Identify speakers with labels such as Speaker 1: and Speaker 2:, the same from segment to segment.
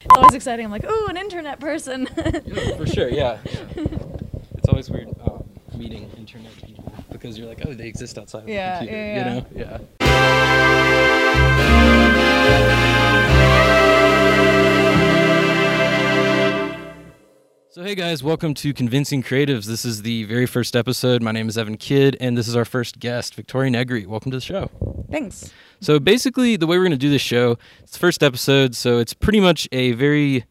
Speaker 1: It's always exciting. I'm like, ooh, an internet person.
Speaker 2: Yeah, for sure, yeah. It's always weird um, meeting internet people because you're like, oh, they exist outside of
Speaker 1: Yeah,
Speaker 2: the computer.
Speaker 1: yeah, yeah.
Speaker 2: You know? Yeah. So, hey guys, welcome to Convincing Creatives. This is the very first episode. My name is Evan Kidd, and this is our first guest, Victoria Negri. Welcome to the show.
Speaker 1: Thanks.
Speaker 2: So basically, the way we're going to do this show, it's the first episode, so it's pretty much a very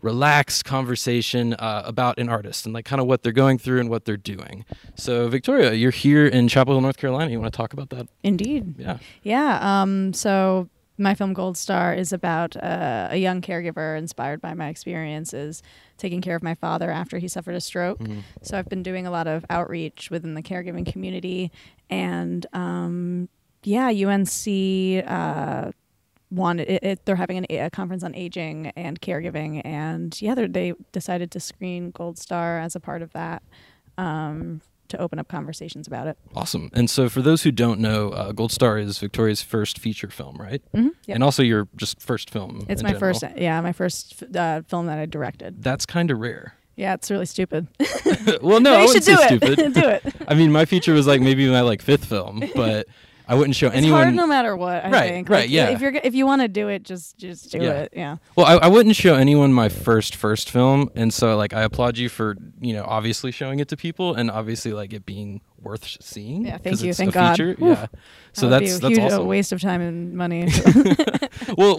Speaker 2: relaxed conversation uh, about an artist and like kind of what they're going through and what they're doing. So Victoria, you're here in Chapel Hill, North Carolina. You want to talk about that?
Speaker 1: Indeed.
Speaker 2: Yeah.
Speaker 1: Yeah. Um, so my film Gold Star is about uh, a young caregiver inspired by my experiences taking care of my father after he suffered a stroke. So I've been doing a lot of outreach within the caregiving community, and um, yeah, UNC. Uh, wanted it, it, they're having an, a conference on aging and caregiving and yeah they're- they decided to screen gold star as a part of that um, to open up conversations about it
Speaker 2: Awesome. And so for those who don't know, uh, Gold Star is Victoria's first feature film, right?
Speaker 1: mm-hmm. yep.
Speaker 2: And also your just first film.
Speaker 1: It's
Speaker 2: in
Speaker 1: my
Speaker 2: general.
Speaker 1: first, yeah, my first f- uh, film that I directed.
Speaker 2: That's kind of rare.
Speaker 1: Yeah, it's really stupid.
Speaker 2: well, no, I
Speaker 1: you should
Speaker 2: wouldn't
Speaker 1: do
Speaker 2: say
Speaker 1: it.
Speaker 2: stupid.
Speaker 1: do it. It's
Speaker 2: I mean, my feature was like maybe my like fifth film, but I wouldn't show anyone.
Speaker 1: hard no matter what. I
Speaker 2: Right,
Speaker 1: think.
Speaker 2: right,
Speaker 1: Like,
Speaker 2: yeah.
Speaker 1: If you're g- if you want to do it, just just do
Speaker 2: Yeah.
Speaker 1: it. Yeah.
Speaker 2: Well, I, I wouldn't show anyone my first first film, and so like I applaud you for you know obviously showing it to people, and obviously like it being worth sh- seeing.
Speaker 1: Yeah, thank
Speaker 2: 'cause
Speaker 1: you,
Speaker 2: it's
Speaker 1: thank
Speaker 2: a
Speaker 1: God.
Speaker 2: Feature.
Speaker 1: Whew.
Speaker 2: Yeah, so
Speaker 1: That would
Speaker 2: that's
Speaker 1: be a
Speaker 2: that's
Speaker 1: huge uh,
Speaker 2: awesome.
Speaker 1: waste of time and money.
Speaker 2: well,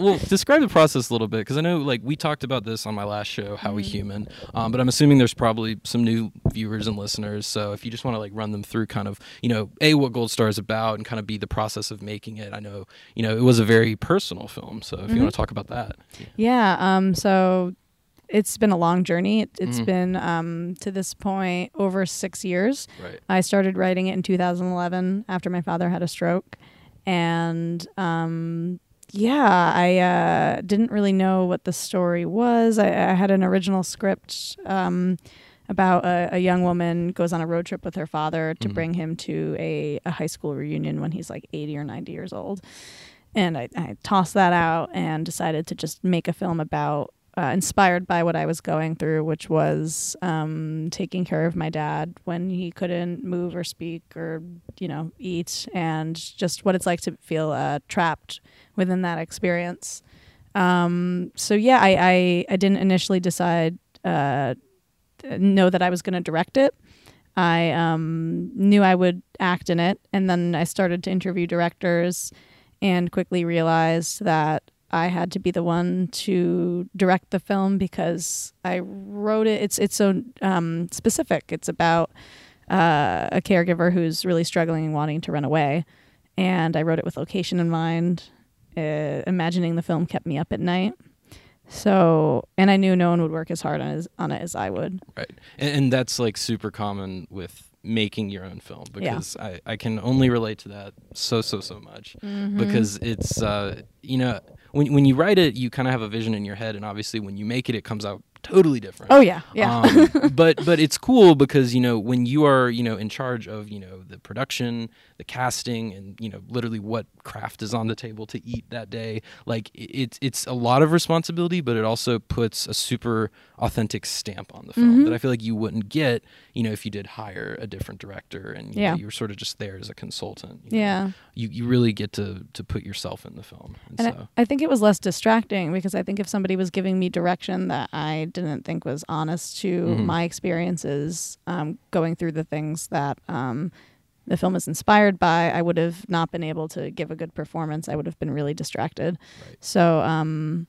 Speaker 2: well, describe the process a little bit because I know like we talked about this on my last show, How
Speaker 1: Mm-hmm.
Speaker 2: We Human, um, but I'm assuming there's probably some new viewers and listeners. So if you just want to like run them through kind of you know a what Gold Star is about and kind of be the process of making it. I know you know it was a very personal film, so if you
Speaker 1: Mm-hmm.
Speaker 2: want to talk about that,
Speaker 1: Yeah. Um. So it's been a long journey. It, it's
Speaker 2: Mhm.
Speaker 1: been um to this point over six years.
Speaker 2: right.
Speaker 1: I started writing it in 2011 after my father had a stroke, and um, yeah, I uh, didn't really know what the story was. I, I had an original script um, about a, a young woman goes on a road trip with her father to
Speaker 2: Mhm.
Speaker 1: bring him to a, a high school reunion when he's like 80 or 90 years old, and I, I tossed that out and decided to just make a film about uh, inspired by what I was going through, which was um, taking care of my dad when he couldn't move or speak or you know eat, and just what it's like to feel uh, trapped within that experience. Um, so yeah, I, I I didn't initially decide uh, know that I was going to direct it. I um, knew I would act in it, and then I started to interview directors and quickly realized that I had to be the one to direct the film because I wrote it. It's it's so um, specific. It's about uh, a caregiver who's really struggling and wanting to run away, and I wrote it with location in mind. Uh, imagining the film kept me up at night. So, and I knew no one would work as hard on, as, on it as I would.
Speaker 2: Right. And, and that's like super common with making your own film
Speaker 1: Yeah.
Speaker 2: because I, I can only relate to that so, so, so much because it's, uh, you know, when, when you write it, you kind of have a vision in your head. And obviously, when you make it, it comes out totally different.
Speaker 1: Oh yeah, yeah.
Speaker 2: Um, but but it's cool because you know when you are you know in charge of you know the production, the casting, and you know literally what craft is on the table to eat that day. Like i- it's it's a lot of responsibility, but it also puts a super authentic stamp on the film
Speaker 1: Mm-hmm.
Speaker 2: that I feel like you wouldn't get you know if you did hire a different director and you
Speaker 1: Yeah.
Speaker 2: know, you were sort of just there as a consultant. you know.
Speaker 1: Yeah.
Speaker 2: you you really get to to put yourself in the film. And,
Speaker 1: And
Speaker 2: so.
Speaker 1: I, I think it was less distracting because I think if somebody was giving me direction that I didn't think was honest to
Speaker 2: Mhm.
Speaker 1: my experiences um, going through the things that um, the film is inspired by, I would have not been able to give a good performance. I would have been really distracted.
Speaker 2: Right.
Speaker 1: So, um,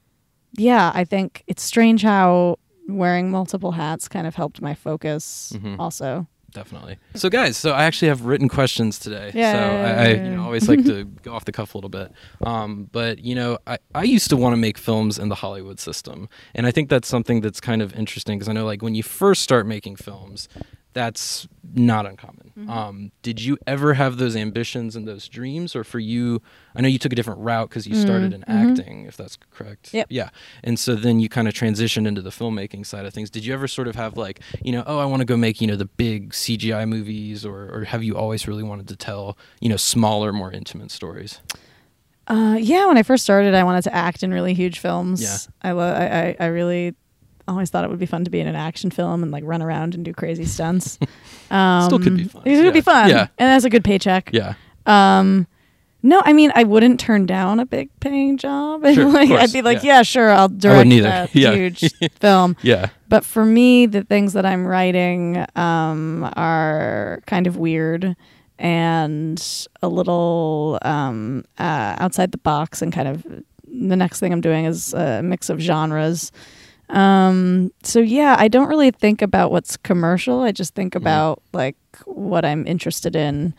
Speaker 1: yeah, I think it's strange how wearing multiple hats kind of helped my focus
Speaker 2: Mhm.
Speaker 1: also.
Speaker 2: Definitely. So, guys, so I actually have written questions today. So I, I you
Speaker 1: Yay.
Speaker 2: know, always like to go off the cuff a little bit. Um, but you know, I, I used to want to make films in the Hollywood system, and I think that's something that's kind of interesting because I know like when you first start making films, that's not uncommon. Um, did you ever have those ambitions and those dreams, or for you? I know you took a different route because you started in acting, if that's correct.
Speaker 1: Mm-hmm. Yep.
Speaker 2: Yeah. And so then you kind of transitioned into the filmmaking side of things. Did you ever sort of have like, you know, oh, I want to go make, you know, the big CGI movies or, or have you always really wanted to tell, you know, smaller, more intimate stories?
Speaker 1: Uh, yeah, when I first started, I wanted to act in really huge films.
Speaker 2: Yeah.
Speaker 1: I love. I, I I really always thought it would be fun to be in an action film and like run around and do crazy stunts. Um,
Speaker 2: Still could be fun.
Speaker 1: It could be
Speaker 2: Yeah.
Speaker 1: fun.
Speaker 2: Yeah.
Speaker 1: and that's a good paycheck.
Speaker 2: Yeah.
Speaker 1: Um, no, I mean I wouldn't turn down a big paying job.
Speaker 2: Sure, of
Speaker 1: Like,
Speaker 2: course,
Speaker 1: I'd be like,
Speaker 2: yeah.
Speaker 1: yeah, sure, I'll direct
Speaker 2: either.
Speaker 1: that
Speaker 2: Yeah.
Speaker 1: huge film.
Speaker 2: Yeah.
Speaker 1: But for me, the things that I'm writing um, are kind of weird and a little um, uh, outside the box. And kind of the next thing I'm doing is a mix of genres. Um, so yeah, I don't really think about what's commercial. I just think about like what I'm interested in.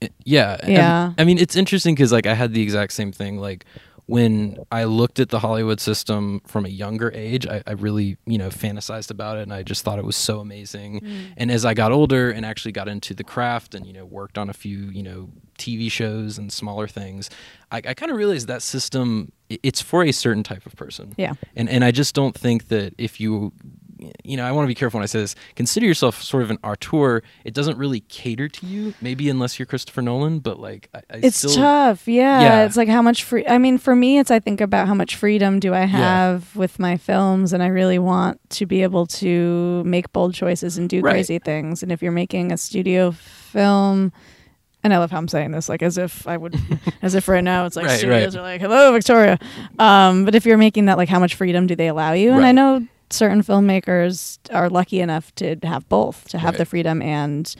Speaker 2: It- yeah and-
Speaker 1: Yeah.
Speaker 2: i mean it's interesting because like i had the exact same thing like when i looked at the hollywood system from a younger age I, I really you know fantasized about it and i just thought it was so amazing and as i got older and actually got into the craft and you know worked on a few you know tv shows and smaller things i, I kind of realized that system i- it's for a certain type of person
Speaker 1: Yeah.
Speaker 2: and and I just don't think that if you you know, I want to be careful when I say this. Consider yourself sort of an auteur. It doesn't really cater to you, maybe unless you're Christopher Nolan. But like, I, I
Speaker 1: It's
Speaker 2: still,
Speaker 1: tough. Yeah.
Speaker 2: Yeah.
Speaker 1: It's like how much free. I mean, for me, it's I think about how much freedom do I have with my films, and I really want to be able to make bold choices and do
Speaker 2: Right.
Speaker 1: crazy things. And if you're making a studio film, and I love how I'm saying this, like as if I would, as if right now it's like
Speaker 2: Right,
Speaker 1: studios
Speaker 2: right.
Speaker 1: are like, hello, Victoria. Um, but if you're making that, like, how much freedom do they allow you? And I
Speaker 2: Right.
Speaker 1: know certain filmmakers are lucky enough to have both, to have
Speaker 2: Right.
Speaker 1: the freedom and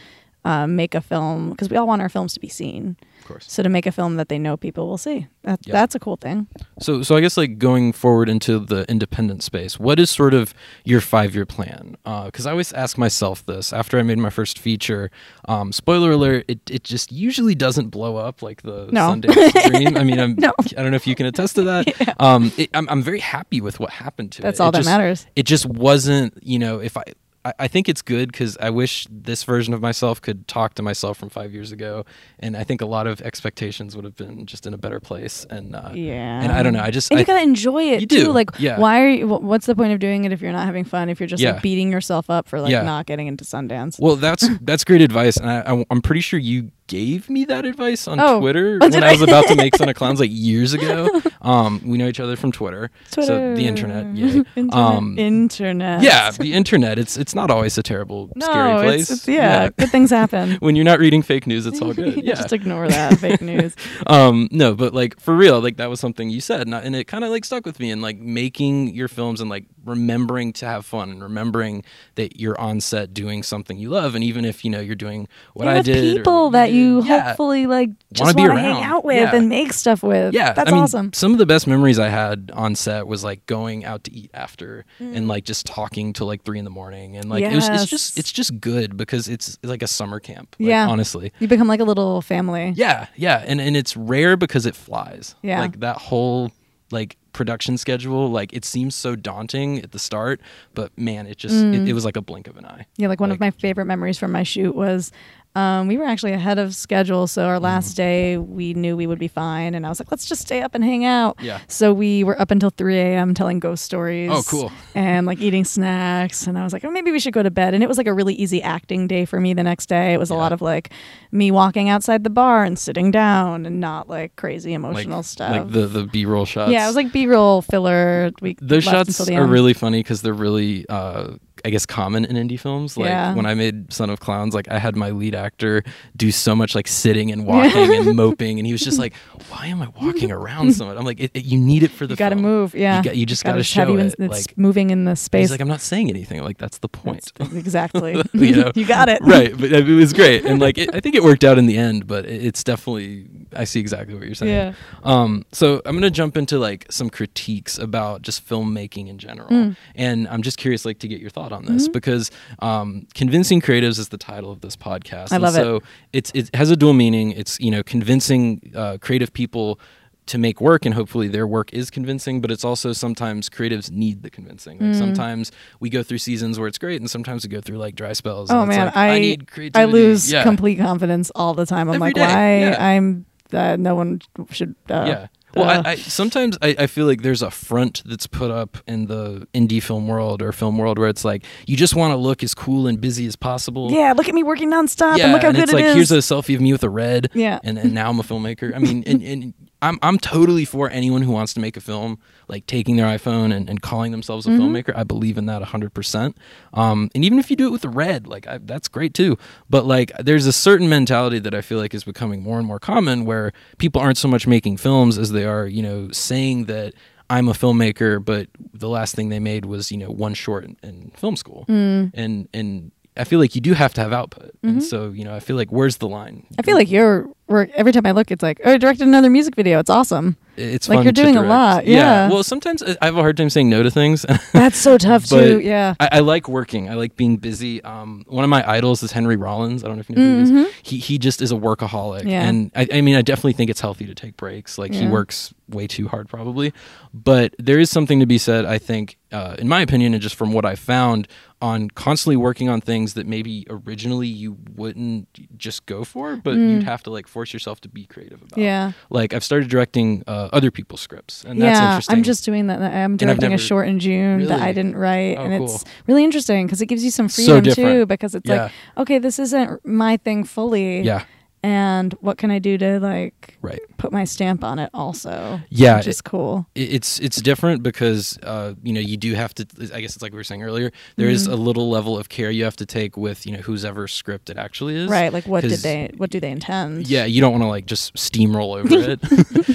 Speaker 1: uh, make a film, because we all want our films to be seen.
Speaker 2: Of course.
Speaker 1: So to make a film that they know people will see, that,
Speaker 2: Yeah.
Speaker 1: that's a cool thing.
Speaker 2: So, so I guess like going forward into the independent space, what is sort of your five-year plan? Because I always ask myself this after I made my first feature. Um, spoiler alert: it, it just usually doesn't blow up like the
Speaker 1: No.
Speaker 2: Sundance Dream. I mean, I'm,
Speaker 1: No.
Speaker 2: I don't know if you can attest to that. Um, it, I'm, I'm very happy with what happened to it.
Speaker 1: That's
Speaker 2: It
Speaker 1: all that
Speaker 2: just-
Speaker 1: matters.
Speaker 2: it just wasn't you know if i i, I think it's good because i wish this version of myself could talk to myself from five years ago and i think a lot of expectations would have been just in a better place and uh
Speaker 1: Yeah.
Speaker 2: and i don't know i just
Speaker 1: And
Speaker 2: I,
Speaker 1: you gotta enjoy it
Speaker 2: You
Speaker 1: too.
Speaker 2: do,
Speaker 1: Like,
Speaker 2: yeah.
Speaker 1: why are you? wh- What's the point of doing it if you're not having fun? If you're just
Speaker 2: Yeah.
Speaker 1: like beating yourself up for like
Speaker 2: Yeah.
Speaker 1: not getting into Sundance?
Speaker 2: well that's that's great advice and I, I i'm pretty sure you gave me that advice on
Speaker 1: Oh.
Speaker 2: twitter
Speaker 1: Oh,
Speaker 2: when
Speaker 1: did
Speaker 2: i was
Speaker 1: I?
Speaker 2: about to make son of clowns like years ago um we know each other from twitter, so the internet yeah
Speaker 1: internet.
Speaker 2: um
Speaker 1: internet.
Speaker 2: yeah the internet it's it's not always a terrible
Speaker 1: No,
Speaker 2: scary
Speaker 1: it's-
Speaker 2: place
Speaker 1: it's- yeah, Good things happen.
Speaker 2: when you're not reading fake news it's all good yeah
Speaker 1: just ignore that fake news.
Speaker 2: um no but like for real like that was something you said and, I- and it kind of like stuck with me and like making your films and like remembering to have fun and remembering that you're on set doing something you love and even if you know you're doing what
Speaker 1: And
Speaker 2: i
Speaker 1: with
Speaker 2: did or
Speaker 1: people
Speaker 2: what
Speaker 1: that
Speaker 2: did,
Speaker 1: you
Speaker 2: yeah.
Speaker 1: hopefully like just
Speaker 2: be
Speaker 1: want to hang
Speaker 2: around.
Speaker 1: out with
Speaker 2: Yeah.
Speaker 1: and make stuff with.
Speaker 2: yeah
Speaker 1: that's
Speaker 2: I mean,
Speaker 1: awesome.
Speaker 2: some of the best memories i had on set was like going out to eat after and like just talking till like three in the morning and like it was, it's just
Speaker 1: Mm. Yes.
Speaker 2: it's just good because it's like a summer camp like,
Speaker 1: Yeah.
Speaker 2: honestly
Speaker 1: You become like a little family.
Speaker 2: Yeah, yeah, and and it's rare because it flies.
Speaker 1: Yeah.
Speaker 2: like that whole like production schedule. Like it seems so daunting at the start, but man, it just
Speaker 1: Mm.
Speaker 2: it, it was like a blink of an eye.
Speaker 1: Yeah, like one
Speaker 2: Like-
Speaker 1: of my favorite memories from my shoot was um, we were actually ahead of schedule. So our
Speaker 2: Mm-hmm.
Speaker 1: last day, we knew we would be fine. And I was like, let's just stay up and hang out.
Speaker 2: Yeah.
Speaker 1: So we were up until 3 a.m. telling ghost stories.
Speaker 2: Oh, cool.
Speaker 1: And like eating snacks. And I was like, oh, maybe we should go to bed. And it was like a really easy acting day for me the next day. It was
Speaker 2: Yeah.
Speaker 1: a lot of like me walking outside the bar and sitting down and not like crazy emotional
Speaker 2: like,
Speaker 1: stuff.
Speaker 2: like the the B roll shots.
Speaker 1: yeah, it was like B roll filler. We
Speaker 2: Those
Speaker 1: left
Speaker 2: shots
Speaker 1: until the
Speaker 2: are
Speaker 1: end.
Speaker 2: really funny because they're really, uh, I guess, common in indie films. Like
Speaker 1: Yeah.
Speaker 2: when I made Son of Clowns, like I had my lead actor do so much like sitting and walking and moping, and he was just like, "Why am I walking around so much?" I'm like, it, it- "You need it for the
Speaker 1: You gotta
Speaker 2: film.
Speaker 1: move. Yeah.
Speaker 2: got- you just gotta
Speaker 1: just have
Speaker 2: show
Speaker 1: you in-
Speaker 2: it,
Speaker 1: It's
Speaker 2: like-
Speaker 1: moving in the
Speaker 2: And
Speaker 1: space.
Speaker 2: He's like, "I'm not saying anything." Like that's the point.
Speaker 1: That's- exactly.
Speaker 2: You know?
Speaker 1: got it.
Speaker 2: right but uh, it was great and like it, i think it worked out in the end but it, it's definitely i see exactly what you're saying
Speaker 1: Yeah.
Speaker 2: um so i'm gonna jump into like some critiques about just filmmaking in general
Speaker 1: Mm.
Speaker 2: and i'm just curious like to get your thought on this
Speaker 1: Mm-hmm.
Speaker 2: because um convincing creatives is the title of this podcast
Speaker 1: I
Speaker 2: and
Speaker 1: love it.
Speaker 2: so it's it has a dual meaning it's you know convincing uh, creative people to make work and hopefully their work is convincing but it's also sometimes creatives need the convincing
Speaker 1: Mm.
Speaker 2: like sometimes we go through seasons where it's great and sometimes we go through like dry spells
Speaker 1: Oh
Speaker 2: and it's
Speaker 1: man,
Speaker 2: like,
Speaker 1: I
Speaker 2: need
Speaker 1: I
Speaker 2: creativity.
Speaker 1: lose
Speaker 2: yeah.
Speaker 1: complete confidence all the time. I'm
Speaker 2: Every
Speaker 1: like,
Speaker 2: day,
Speaker 1: why?
Speaker 2: yeah.
Speaker 1: I'm uh, no one should. Uh,
Speaker 2: yeah well
Speaker 1: uh,
Speaker 2: I, I sometimes I, I feel like there's a front that's put up in the indie film world or film world where it's like you just want to look as cool and busy as possible
Speaker 1: yeah. Look at me working nonstop,
Speaker 2: yeah,
Speaker 1: and look how
Speaker 2: and
Speaker 1: good
Speaker 2: it's
Speaker 1: it
Speaker 2: like
Speaker 1: is.
Speaker 2: here's a selfie of me with a red,
Speaker 1: Yeah.
Speaker 2: and, and now I'm a filmmaker. I mean, and, and I'm I'm totally for anyone who wants to make a film, like taking their iPhone and, and calling themselves a filmmaker. I believe in that 100%. Um, and even if you do it with the red, like I, that's great too. But like, there's a certain mentality that I feel like is becoming more and more common, where people aren't so much making films as they are, you know, saying that I'm a filmmaker, but the last thing they made was you know one short in, in film school, and and. I feel like you do have to have output. And so, you know, I feel like where's the line?
Speaker 1: I feel like your work every time I look, it's like, oh, I directed another music video. It's awesome.
Speaker 2: it's
Speaker 1: Like,
Speaker 2: fun
Speaker 1: you're
Speaker 2: to
Speaker 1: doing a
Speaker 2: direct.
Speaker 1: lot, yeah.
Speaker 2: Well, sometimes I I have a hard time saying no to things.
Speaker 1: That's so tough too.
Speaker 2: but
Speaker 1: Yeah.
Speaker 2: I, I like working. I like being busy. Um, one of my idols is Henry Rollins. I don't know if you know who he is. He he just is a workaholic,
Speaker 1: Mm-hmm. Yeah.
Speaker 2: and I, I mean, I definitely think it's healthy to take breaks. Like he
Speaker 1: Yeah.
Speaker 2: works way too hard, probably. But there is something to be said. I think, uh, in my opinion, and just from what I found, on constantly working on things that maybe originally you wouldn't just go for, but
Speaker 1: Mm.
Speaker 2: you'd have to like force yourself to be creative about.
Speaker 1: yeah.
Speaker 2: Like I've started directing uh, other people's scripts, and that's
Speaker 1: yeah,
Speaker 2: interesting.
Speaker 1: I'm just doing that. I'm
Speaker 2: I've
Speaker 1: directing a
Speaker 2: never-
Speaker 1: short in June that I
Speaker 2: Really?
Speaker 1: didn't write,
Speaker 2: Oh,
Speaker 1: and
Speaker 2: cool.
Speaker 1: it's really interesting because it gives you some
Speaker 2: So
Speaker 1: freedom too.
Speaker 2: different.
Speaker 1: Because it's like,
Speaker 2: Yeah.
Speaker 1: okay, this isn't my thing fully.
Speaker 2: yeah,
Speaker 1: And what can I do to like
Speaker 2: right.
Speaker 1: put my stamp on it also?
Speaker 2: Yeah,
Speaker 1: which is cool.
Speaker 2: it- it's it's different because uh, you know you do have to i guess it's like we were saying earlier there is
Speaker 1: Mm-hmm.
Speaker 2: a little level of care you have to take with you know whose ever script it actually is
Speaker 1: Right? Like, what did
Speaker 2: 'cause-
Speaker 1: they? What do they intend?
Speaker 2: yeah you don't want to like just steamroll over it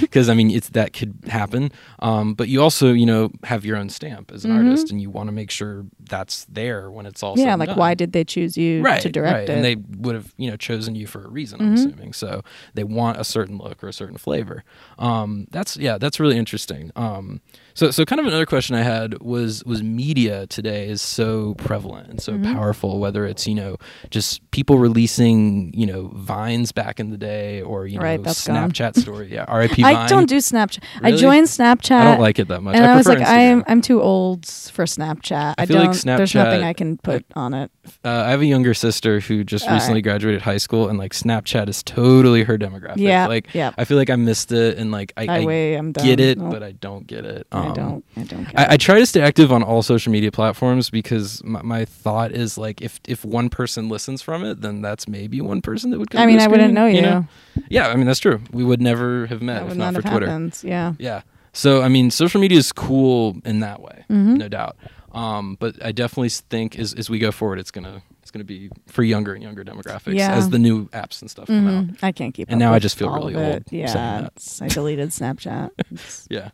Speaker 2: because i mean it's that could happen um, but you also you know have your own stamp as an artist and you want to make sure that's there when it's all said
Speaker 1: Mm-hmm. Yeah.
Speaker 2: and
Speaker 1: Like,
Speaker 2: done
Speaker 1: why did they choose you
Speaker 2: right,
Speaker 1: to direct
Speaker 2: right.
Speaker 1: it? Mm-hmm.
Speaker 2: And they would have, you know, chosen you for a reason, I'm assuming. So they want a certain look or a certain flavor. Um, that's yeah, that's really interesting. Um, so so kind of another question I had was was media today is so prevalent and so
Speaker 1: Mm-hmm.
Speaker 2: powerful, whether it's, you know, just people releasing, you know, vines back in the day or, you know,
Speaker 1: Right, that's gone.
Speaker 2: Snapchat story. Yeah, RIP Vine.
Speaker 1: I don't do Snapchat. I
Speaker 2: Really?
Speaker 1: joined Snapchat.
Speaker 2: I don't like it that much.
Speaker 1: And I,
Speaker 2: I,
Speaker 1: was
Speaker 2: prefer
Speaker 1: like,
Speaker 2: Instagram.
Speaker 1: I'm I'm too old for Snapchat. I,
Speaker 2: feel
Speaker 1: don't.
Speaker 2: like
Speaker 1: there's nothing
Speaker 2: Snapchat-
Speaker 1: I can put on it.
Speaker 2: Uh, I have a younger sister who just
Speaker 1: All right.
Speaker 2: recently graduated high school, and like Snapchat is totally her demographic.
Speaker 1: Yeah,
Speaker 2: like
Speaker 1: yeah.
Speaker 2: I feel like I missed it, and like I,
Speaker 1: I,
Speaker 2: I
Speaker 1: way I'm done.
Speaker 2: get it,
Speaker 1: Nope,
Speaker 2: but I don't get it. Um,
Speaker 1: I don't. I don't. Get it.
Speaker 2: I, I try to stay active on all social media platforms because my, my thought is like if if one person listens from it, then that's maybe one person that would. Come
Speaker 1: I
Speaker 2: to
Speaker 1: mean,
Speaker 2: the
Speaker 1: I wouldn't
Speaker 2: screen,
Speaker 1: know you.
Speaker 2: Yeah, I mean that's true. We would never have met
Speaker 1: That
Speaker 2: if
Speaker 1: would
Speaker 2: not,
Speaker 1: not
Speaker 2: for
Speaker 1: have
Speaker 2: Twitter.
Speaker 1: happened. Yeah.
Speaker 2: Yeah. So I mean, social media is cool in that way,
Speaker 1: Mm-hmm.
Speaker 2: no doubt. Um, but I definitely think as, as we go forward, it's gonna it's gonna be for younger and younger demographics
Speaker 1: Yeah.
Speaker 2: as the new apps and stuff come out.
Speaker 1: Mhm. I can't keep.
Speaker 2: And
Speaker 1: up
Speaker 2: now I
Speaker 1: with
Speaker 2: just feel
Speaker 1: all
Speaker 2: really
Speaker 1: of it.
Speaker 2: old saying
Speaker 1: Yeah,
Speaker 2: that.
Speaker 1: it's- I deleted Snapchat. It's-
Speaker 2: Yeah,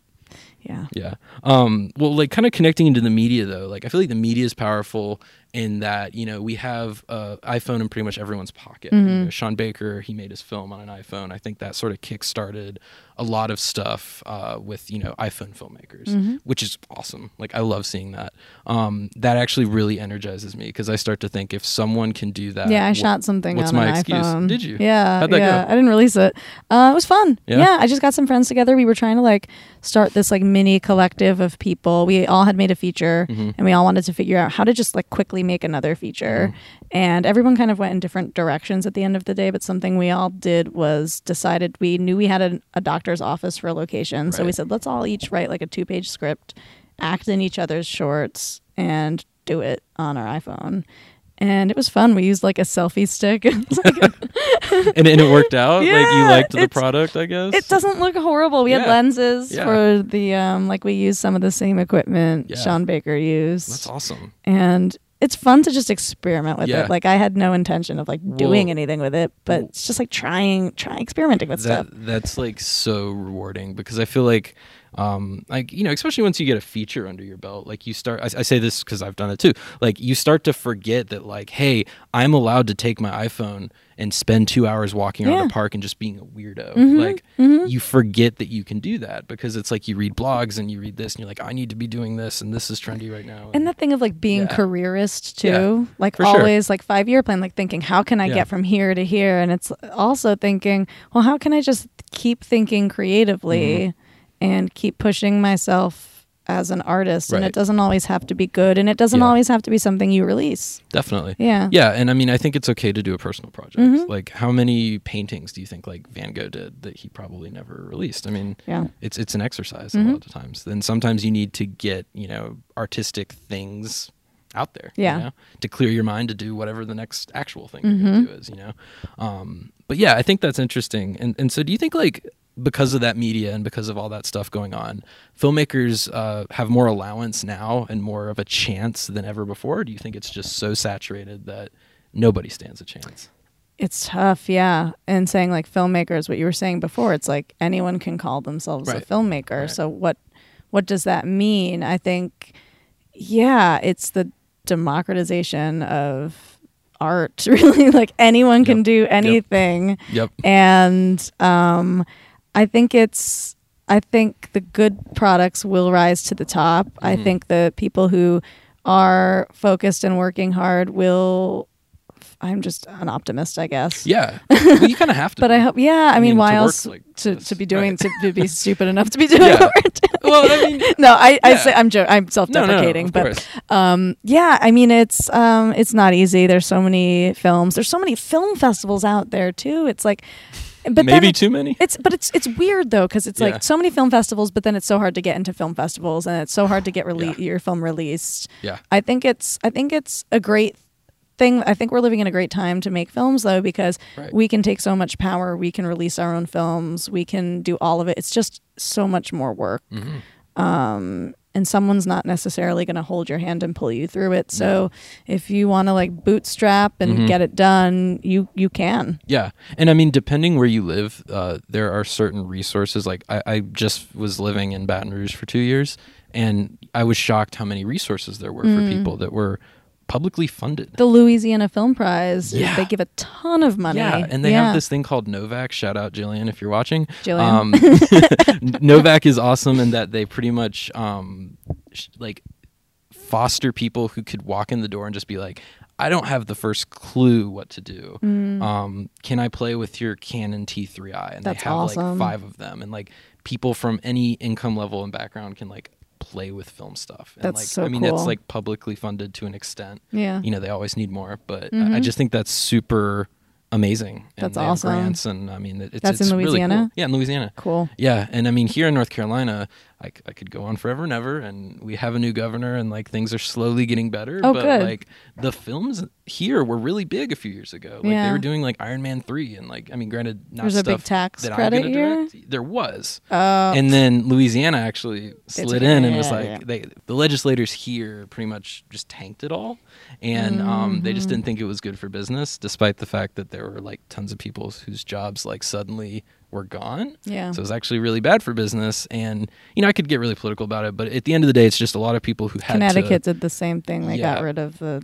Speaker 1: yeah,
Speaker 2: yeah. Um, well, like kind of connecting into the media though. Like I feel like the media is powerful in that you know we have uh, iPhone in pretty much everyone's pocket. You
Speaker 1: Mm-hmm.
Speaker 2: know, Sean Baker he made his film on an iPhone. I think that sort of kick-started a lot of stuff uh, with you know iPhone filmmakers,
Speaker 1: Mm-hmm.
Speaker 2: which is awesome. Like I love seeing that. Um, that actually really energizes me because I start to think if someone can do that,
Speaker 1: yeah. I
Speaker 2: wh-
Speaker 1: shot something
Speaker 2: what's
Speaker 1: on
Speaker 2: my
Speaker 1: an
Speaker 2: excuse?
Speaker 1: iPhone.
Speaker 2: Did you?
Speaker 1: Yeah,
Speaker 2: How'd that
Speaker 1: yeah.
Speaker 2: go?
Speaker 1: I didn't release it. Uh, it was fun.
Speaker 2: Yeah?
Speaker 1: I just got some friends together. We were trying to like start this like mini collective of people. We all had made a feature,
Speaker 2: Mm-hmm.
Speaker 1: and we all wanted to figure out how to just like quickly make another feature.
Speaker 2: Mm-hmm.
Speaker 1: And everyone kind of went in different directions at the end of the day. But something we all did was decided we knew we had a, a doctor's office for a location, so we
Speaker 2: Right.
Speaker 1: said let's all each write like a two-page script, act in each other's shorts, and do it on our iPhone. And it was fun. We used like a selfie stick. It's like
Speaker 2: and, and it worked out. like you
Speaker 1: Yeah,
Speaker 2: liked the
Speaker 1: it's-
Speaker 2: product, I guess.
Speaker 1: It doesn't look horrible. We had
Speaker 2: Yeah.
Speaker 1: lenses
Speaker 2: Yeah.
Speaker 1: for the um like we used some of the same equipment
Speaker 2: Yeah.
Speaker 1: Sean Baker used.
Speaker 2: That's awesome.
Speaker 1: And it's fun to just experiment with
Speaker 2: Yeah.
Speaker 1: it. Like I had no intention of like doing
Speaker 2: Well-
Speaker 1: anything with it, but
Speaker 2: Well-
Speaker 1: it's just like trying trying experimenting with stuff.
Speaker 2: that that's like so rewarding because I feel like um like you know especially once you get a feature under your belt like you start I, I say this because I've done it too like you start to forget that like hey I'm allowed to take my iPhone and spend two hours walking around
Speaker 1: Yeah. Mm-hmm,
Speaker 2: a park and just being a weirdo like you forget that you can do that because it's like you read blogs and you read this and you're like I need to be doing this and this is trendy right now
Speaker 1: And that thing of like being
Speaker 2: Yeah.
Speaker 1: careerist too,
Speaker 2: Yeah,
Speaker 1: like
Speaker 2: for sure.
Speaker 1: always like five year plan, like thinking, how can I
Speaker 2: Yeah.
Speaker 1: get from here to here? And it's also thinking, well, how can I just keep thinking creatively
Speaker 2: Mm-hmm.
Speaker 1: and keep pushing myself as an artist? And it
Speaker 2: Right.
Speaker 1: doesn't always have to be good and it doesn't
Speaker 2: Yeah.
Speaker 1: always have to be something you release.
Speaker 2: definitely
Speaker 1: Yeah.
Speaker 2: Yeah, and I mean, I think it's okay to do a personal project. Like, how many paintings do you think like Van Gogh did that he probably never released? I mean,
Speaker 1: Yeah.
Speaker 2: it's it's an exercise a lot of times. Then sometimes you need to get you know artistic things out there. you
Speaker 1: Yeah.
Speaker 2: know, to clear your mind to do whatever the next
Speaker 1: Mm-hmm.
Speaker 2: actual thing you're gonna do is. You know, um, but yeah, I think that's interesting. And and so, do you think like because of that media and because of all that stuff going on, filmmakers uh, have more allowance now and more of a chance than ever before? Or do you think it's just so saturated that nobody stands a chance?
Speaker 1: It's tough, yeah. And saying like filmmakers, what you were saying before, it's like anyone can call themselves a
Speaker 2: Right.
Speaker 1: filmmaker.
Speaker 2: Right.
Speaker 1: So what what does that mean? I think yeah, it's the democratization of art really like anyone can
Speaker 2: Yep.
Speaker 1: do anything
Speaker 2: Yep.
Speaker 1: and um, I think it's I think the good products will rise to the top. I
Speaker 2: Mhm.
Speaker 1: think the people who are focused and working hard will. I'm just an optimist, I guess.
Speaker 2: Yeah. Well, you kind of have to.
Speaker 1: But I hope, yeah. I,
Speaker 2: I
Speaker 1: mean,
Speaker 2: mean,
Speaker 1: why
Speaker 2: to work
Speaker 1: else
Speaker 2: like
Speaker 1: to,
Speaker 2: this,
Speaker 1: to be doing
Speaker 2: right.
Speaker 1: to, to be stupid enough to be doing
Speaker 2: Yeah.
Speaker 1: art?
Speaker 2: Well, I mean,
Speaker 1: no, I, I
Speaker 2: Yeah.
Speaker 1: say I'm jo- I'm
Speaker 2: no, no, no,
Speaker 1: self-deprecating,
Speaker 2: of
Speaker 1: but
Speaker 2: course.
Speaker 1: um, yeah, I mean it's um, it's not easy. There's so many films. There's so many film festivals out there too. It's like, but then
Speaker 2: maybe
Speaker 1: it-
Speaker 2: too many.
Speaker 1: It's but it's it's weird though because it's
Speaker 2: Yeah.
Speaker 1: like so many film festivals, but then it's so hard to get into film festivals and it's so hard to get rele-
Speaker 2: Yeah.
Speaker 1: your film released.
Speaker 2: Yeah.
Speaker 1: I think it's I think it's a great thing. I think we're living in a great time to make films though because
Speaker 2: Right.
Speaker 1: we can take so much power. We can release our own films. We can do all of it. It's just so much more work.
Speaker 2: Mhm.
Speaker 1: Um and someone's not necessarily going to hold your hand and pull you through it. So if you want to like bootstrap and
Speaker 2: Mhm.
Speaker 1: get it done, you you can.
Speaker 2: Yeah, and I mean, depending where you live, uh, there are certain resources. Like I, I just was living in Baton Rouge for two years, and I was shocked how many resources there were for people that were publicly funded.
Speaker 1: the Louisiana Film Prize.
Speaker 2: Yeah.
Speaker 1: They give a ton of money.
Speaker 2: Yeah, and they
Speaker 1: Yeah.
Speaker 2: have this thing called Novak. Shout out Jillian if you're watching.
Speaker 1: Jillian.
Speaker 2: Um, Novak is awesome in that they pretty much um, sh- like foster people who could walk in the door and just be like, I don't have the first clue what to do.
Speaker 1: Mm.
Speaker 2: Um, can I play with your Canon T3i? And
Speaker 1: That's
Speaker 2: they have
Speaker 1: awesome.
Speaker 2: like five of them, and like people from any income level and background can like play with film stuff. And
Speaker 1: That's
Speaker 2: like,
Speaker 1: so
Speaker 2: I mean,
Speaker 1: cool.
Speaker 2: that's like publicly funded to an extent
Speaker 1: Yeah.
Speaker 2: you know they always need more but I, I
Speaker 1: Mhm.
Speaker 2: just think that's super amazing and
Speaker 1: That's
Speaker 2: they have
Speaker 1: awesome.
Speaker 2: grants and i mean it- it's,
Speaker 1: That's in
Speaker 2: it's really cool.
Speaker 1: Louisiana?
Speaker 2: yeah in louisiana
Speaker 1: Cool.
Speaker 2: yeah and i mean here in north carolina I, c- I could go on forever and ever and we have a new governor and like things are slowly getting better
Speaker 1: Oh,
Speaker 2: but
Speaker 1: good.
Speaker 2: like the films here were really big a few years ago like
Speaker 1: Yeah.
Speaker 2: they were doing like iron man 3 and like i mean granted not
Speaker 1: There's a
Speaker 2: stuff
Speaker 1: big tax
Speaker 2: that
Speaker 1: credit
Speaker 2: i'm gonna
Speaker 1: here?
Speaker 2: direct there was
Speaker 1: Uh,
Speaker 2: and then Louisiana actually
Speaker 1: took it.
Speaker 2: slid in and was
Speaker 1: Yeah,
Speaker 2: like,
Speaker 1: yeah.
Speaker 2: they the legislators here pretty much just tanked it all, and um, they just
Speaker 1: Mm-hmm.
Speaker 2: didn't think it was good for business, despite the fact that there were like tons of people whose jobs like suddenly were gone.
Speaker 1: yeah.
Speaker 2: So it was actually really bad for business, and you know I could get really political about it, but at the end of the day, it's just a lot of people who had to
Speaker 1: Connecticut did the same thing. They
Speaker 2: Yeah.
Speaker 1: got rid of the.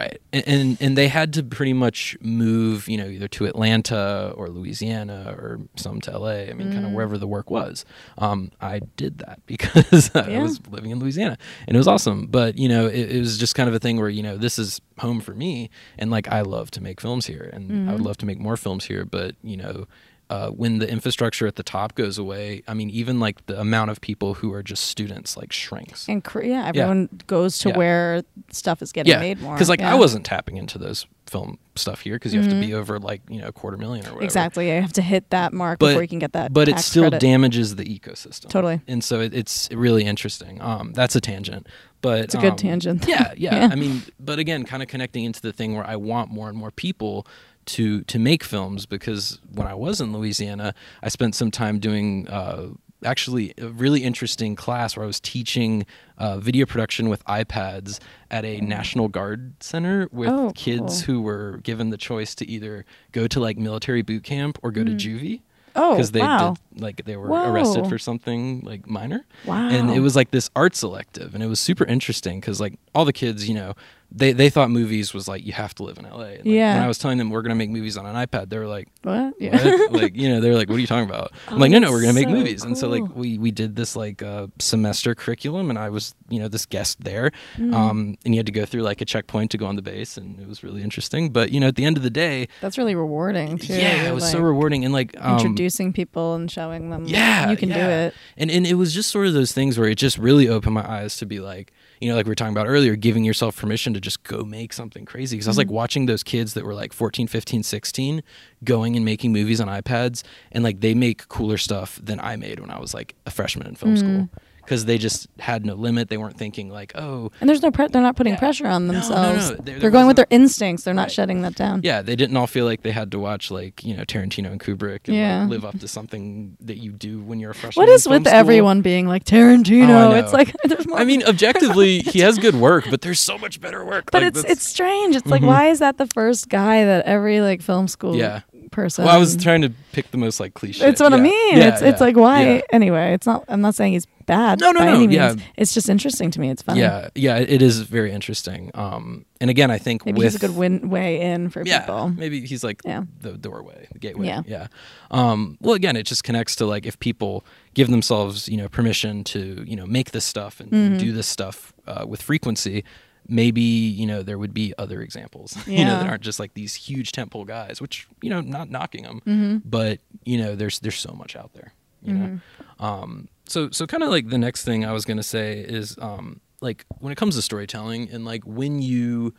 Speaker 2: Right. And, and and they had to pretty much move, you know, either to Atlanta or Louisiana or some to LA. I mean, kind of wherever the work was. Um, I did that because
Speaker 1: Yeah.
Speaker 2: I was living in Louisiana and it was awesome. But, you know, it, it was just kind of a thing where, you know, this is home for me. And like, I love to make films here and I would love to make more films here. But, you know, uh, when the infrastructure at the top goes away, I mean, even like the amount of people who are just students like shrinks.
Speaker 1: And cr- yeah, everyone goes to
Speaker 2: Yeah.
Speaker 1: where stuff is getting made more.
Speaker 2: Because like
Speaker 1: Yeah. Mm-hmm.
Speaker 2: I wasn't tapping into those film stuff here because you have to be over like you know a quarter million or whatever.
Speaker 1: Exactly. You have to hit that mark
Speaker 2: But-
Speaker 1: before you can get that.
Speaker 2: But it
Speaker 1: uh, tax
Speaker 2: still
Speaker 1: credit.
Speaker 2: damages the ecosystem.
Speaker 1: Totally.
Speaker 2: And so it, it's really interesting. Um, that's a tangent. But
Speaker 1: It's a good
Speaker 2: um,
Speaker 1: tangent.
Speaker 2: Yeah, yeah,
Speaker 1: Yeah.
Speaker 2: I mean, but again, kind of connecting into the thing where I want more and more people to to make films because when I was in Louisiana, I spent some time doing. Uh, Actually, a really interesting class where I was teaching uh, video production with iPads at a National Guard center with
Speaker 1: Oh,
Speaker 2: kids who were given the choice to either go to like military boot camp or go to juvie
Speaker 1: Mm. Oh
Speaker 2: because they
Speaker 1: wow!
Speaker 2: did like they were
Speaker 1: Whoa.
Speaker 2: arrested for something like minor.
Speaker 1: Wow.
Speaker 2: And it was like this art selective, and it was super interesting because like all the kids, you know, they they thought movies was like you have to live in L.A. And, like,
Speaker 1: Yeah.
Speaker 2: When I was telling them we're gonna make movies on an iPad, they were like.
Speaker 1: what? Yeah.
Speaker 2: What? like you know they're like what are you talking about i'm
Speaker 1: Oh,
Speaker 2: like no no
Speaker 1: that's
Speaker 2: we're gonna make
Speaker 1: so
Speaker 2: movies and so like
Speaker 1: cool.
Speaker 2: we we did this like uh semester curriculum and i was you know this guest there
Speaker 1: Mm.
Speaker 2: um and you had to go through like a checkpoint to go on the base and it was really interesting but you know at the end of the day
Speaker 1: That's really rewarding too.
Speaker 2: yeah
Speaker 1: You're,
Speaker 2: it was so
Speaker 1: like,
Speaker 2: rewarding and like um,
Speaker 1: introducing people and showing them.
Speaker 2: yeah
Speaker 1: you can do
Speaker 2: yeah.
Speaker 1: it.
Speaker 2: and and it was just sort of those things where it just really opened my eyes to be like you know like we were talking about earlier giving yourself permission to just go make something crazy because i was
Speaker 1: Mm-hmm.
Speaker 2: like watching those kids that were like 14 15 16 going and making
Speaker 1: Mm.
Speaker 2: movies on ipads and like they make cooler stuff than i made when i was like a freshman in film school because they just had no limit. They weren't thinking like, oh,
Speaker 1: And there's no pre- they're not putting
Speaker 2: Yeah.
Speaker 1: pressure on
Speaker 2: No, no,
Speaker 1: themselves.
Speaker 2: no. There-
Speaker 1: They're
Speaker 2: there
Speaker 1: going with
Speaker 2: wasn't-
Speaker 1: their instincts. They're not
Speaker 2: Right.
Speaker 1: shutting that down.
Speaker 2: yeah, they didn't all feel like they had to watch like you know Tarantino and Kubrick and
Speaker 1: Yeah.
Speaker 2: like, live up to something that you do when you're a freshman.
Speaker 1: What
Speaker 2: in
Speaker 1: is
Speaker 2: film
Speaker 1: with
Speaker 2: school.
Speaker 1: everyone being like Tarantino?
Speaker 2: know.
Speaker 1: it's like there's more.
Speaker 2: I mean, objectively, he has good work, but there's so much better work.
Speaker 1: but
Speaker 2: Like,
Speaker 1: it's
Speaker 2: that's- Mm-hmm.
Speaker 1: it's strange. It's like why is that the first guy that every like film school
Speaker 2: Yeah.
Speaker 1: person?
Speaker 2: Well, I was trying to pick the most like cliche.
Speaker 1: um, It's what I
Speaker 2: Yeah.
Speaker 1: mean.
Speaker 2: Yeah,
Speaker 1: it's it's
Speaker 2: yeah,
Speaker 1: like why
Speaker 2: yeah.
Speaker 1: anyway. It's not. I'm not saying he's bad.
Speaker 2: No, no,
Speaker 1: by
Speaker 2: no,
Speaker 1: Any means.
Speaker 2: yeah.
Speaker 1: It's just interesting to me. It's funny.
Speaker 2: Yeah, yeah, it is very interesting. Um, and again, I think
Speaker 1: Maybe he's
Speaker 2: with
Speaker 1: a good win- way in for
Speaker 2: yeah,
Speaker 1: people.
Speaker 2: maybe he's like
Speaker 1: Yeah.
Speaker 2: the doorway, the gateway.
Speaker 1: Yeah.
Speaker 2: Yeah, Um, well, again, it just connects to like if people give themselves, you know, permission to you know make this stuff and
Speaker 1: Mm-hmm.
Speaker 2: do this stuff uh, with frequency. Maybe you know there would be other examples, you know,
Speaker 1: Yeah.
Speaker 2: that aren't just like these huge temple guys, which you know, not knocking them,
Speaker 1: Mhm.
Speaker 2: but you know, there's there's so much out there, you know.
Speaker 1: Mm-hmm.
Speaker 2: Um, so so kind of like the next thing I was gonna say is um, like when it comes to storytelling and like when you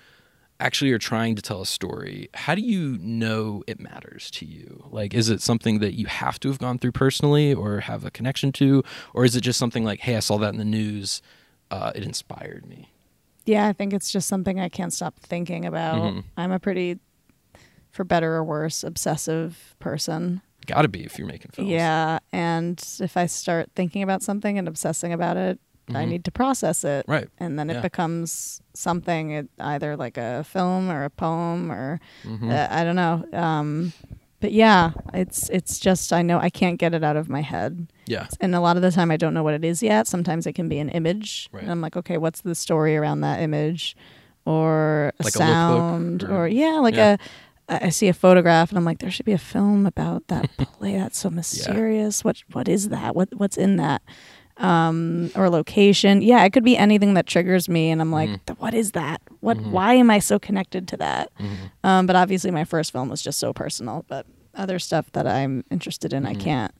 Speaker 2: actually are trying to tell a story, how do you know it matters to you? Like, is it something that you have to have gone through personally or have a connection to, or is it just something like, hey, I saw that in the news, uh, it inspired me?
Speaker 1: Yeah, I think it's just something I can't stop thinking about.
Speaker 2: Mhm.
Speaker 1: I'm a pretty, for better or worse, obsessive person.
Speaker 2: Got to be if you're making films.
Speaker 1: Yeah, and if I start thinking about something and obsessing about it, I
Speaker 2: Mhm.
Speaker 1: need to process it.
Speaker 2: Right.
Speaker 1: And then it
Speaker 2: Yeah.
Speaker 1: becomes something, it, either like a film or a poem or
Speaker 2: Mhm.
Speaker 1: uh, I don't know. Um, but yeah, it's it's just I know I can't get it out of my head,
Speaker 2: Yeah.
Speaker 1: and a lot of the time I don't know what it is yet. Sometimes it can be an image,
Speaker 2: Right.
Speaker 1: and I'm like, okay, what's the story around that image, or a
Speaker 2: Like a lookbook
Speaker 1: sound,
Speaker 2: or-
Speaker 1: or, yeah, like
Speaker 2: yeah.
Speaker 1: a. I I see a photograph and I'm like, there should be a film about that play. That's so mysterious. What what is that? What what's in that? Um, or location. Yeah, it could be anything that triggers me, and I'm like,
Speaker 2: Mm-hmm.
Speaker 1: "Th- what is that? What? Why am I so connected to that?
Speaker 2: Mm-hmm.
Speaker 1: Um, but obviously, my first film was just so personal. But other stuff that I'm interested in, I can't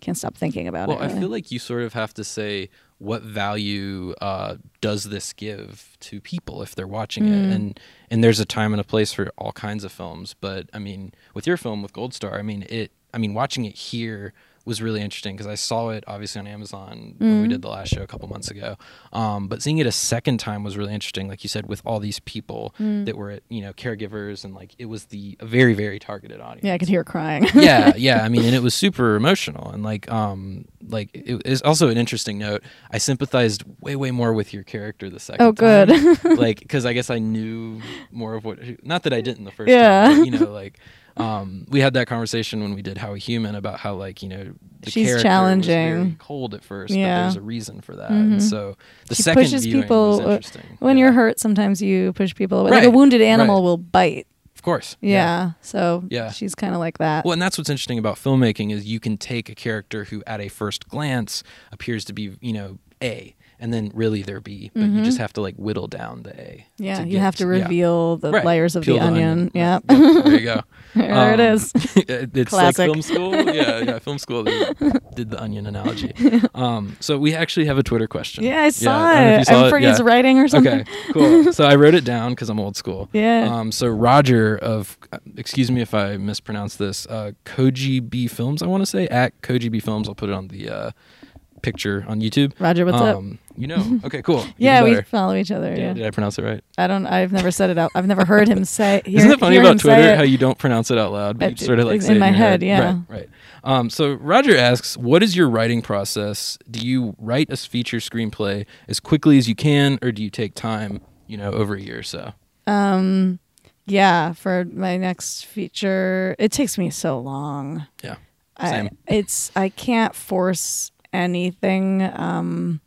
Speaker 1: can't stop thinking about
Speaker 2: Mm-hmm. Well,
Speaker 1: it. really.
Speaker 2: I feel like you sort of have to say what value uh, does this give to people if they're watching it,
Speaker 1: Mm.
Speaker 2: and and there's a time and a place for all kinds of films. But I mean, with your film with Gold Star, I mean it. I mean, watching it here was really interesting because I saw it obviously on Amazon when
Speaker 1: Mm.
Speaker 2: we did the last show a couple months ago. Um, but seeing it a second time was really interesting, like you said, with all these people
Speaker 1: Mm.
Speaker 2: that were you know caregivers and like it was the a very very targeted audience
Speaker 1: yeah, I could hear crying.
Speaker 2: yeah, yeah. I mean, and it was super emotional, and like, um, like it is also an interesting note. I sympathized way, way more with your character the second.
Speaker 1: Oh, good.
Speaker 2: time. like, because I guess I knew more of what. Not that I didn't the first
Speaker 1: Yeah.
Speaker 2: time. But, you know, like, um, we had that conversation when we did How a Human about how like you know the
Speaker 1: She's
Speaker 2: character was
Speaker 1: challenging.
Speaker 2: very cold at first,
Speaker 1: Yeah.
Speaker 2: but there's a reason for that,
Speaker 1: Mhm.
Speaker 2: and so the
Speaker 1: She
Speaker 2: second
Speaker 1: pushes
Speaker 2: viewing
Speaker 1: people,
Speaker 2: was
Speaker 1: uh,
Speaker 2: interesting.
Speaker 1: when
Speaker 2: Yeah.
Speaker 1: you're hurt, sometimes you push people away. Like a
Speaker 2: Right,
Speaker 1: wounded animal
Speaker 2: right.
Speaker 1: will bite.
Speaker 2: of course,
Speaker 1: Yeah. So
Speaker 2: Yeah.
Speaker 1: she's kind of like that.
Speaker 2: Well, and that's what's interesting about filmmaking is you can take a character who at a first glance appears to be, you know, A, and then really they're B, but you just have to like whittle down the A.
Speaker 1: Mm-hmm. yeah. you
Speaker 2: get-
Speaker 1: have to
Speaker 2: yeah.
Speaker 1: reveal the
Speaker 2: Right.
Speaker 1: layers of
Speaker 2: Peel
Speaker 1: the, onion. Yeah.
Speaker 2: Yep, there you go.
Speaker 1: there it
Speaker 2: Um,
Speaker 1: is.
Speaker 2: it's like
Speaker 1: Classic.
Speaker 2: film school. Yeah, yeah, film school. They did the onion analogy. Um, so we actually have a Twitter question.
Speaker 1: Yeah, I saw
Speaker 2: don't know if you
Speaker 1: it. I'm afraid
Speaker 2: Yeah.
Speaker 1: it's writing or something.
Speaker 2: Okay, cool. So I wrote it down because I'm old school.
Speaker 1: Yeah.
Speaker 2: Um, so Roger of, excuse me if I mispronounce this, uh, Koji B Films, I want to say, at Koji B Films. I'll put it on the uh, picture on YouTube.
Speaker 1: Roger, what's up?
Speaker 2: um, You know. Okay, cool. Even
Speaker 1: Yeah, we
Speaker 2: better.
Speaker 1: follow each other.
Speaker 2: Did,
Speaker 1: Yeah.
Speaker 2: did I pronounce it right?
Speaker 1: I don't. I've never said it out. I've never heard him say. Hear,
Speaker 2: Isn't that funny
Speaker 1: hear
Speaker 2: about
Speaker 1: him say
Speaker 2: Twitter
Speaker 1: it.
Speaker 2: how you don't pronounce it out loud, but
Speaker 1: It-
Speaker 2: you just sort of like
Speaker 1: it's
Speaker 2: say
Speaker 1: in
Speaker 2: it
Speaker 1: my
Speaker 2: your
Speaker 1: head, yeah.
Speaker 2: Right, right. Um, so Roger asks, "What is your writing process? Do you write a feature screenplay as quickly as you can, or do you take time, you know, over a year or so?"
Speaker 1: Um, yeah, for my next feature, it takes me so long.
Speaker 2: Yeah.
Speaker 1: I,
Speaker 2: Same.
Speaker 1: it's I can't force anything. Um,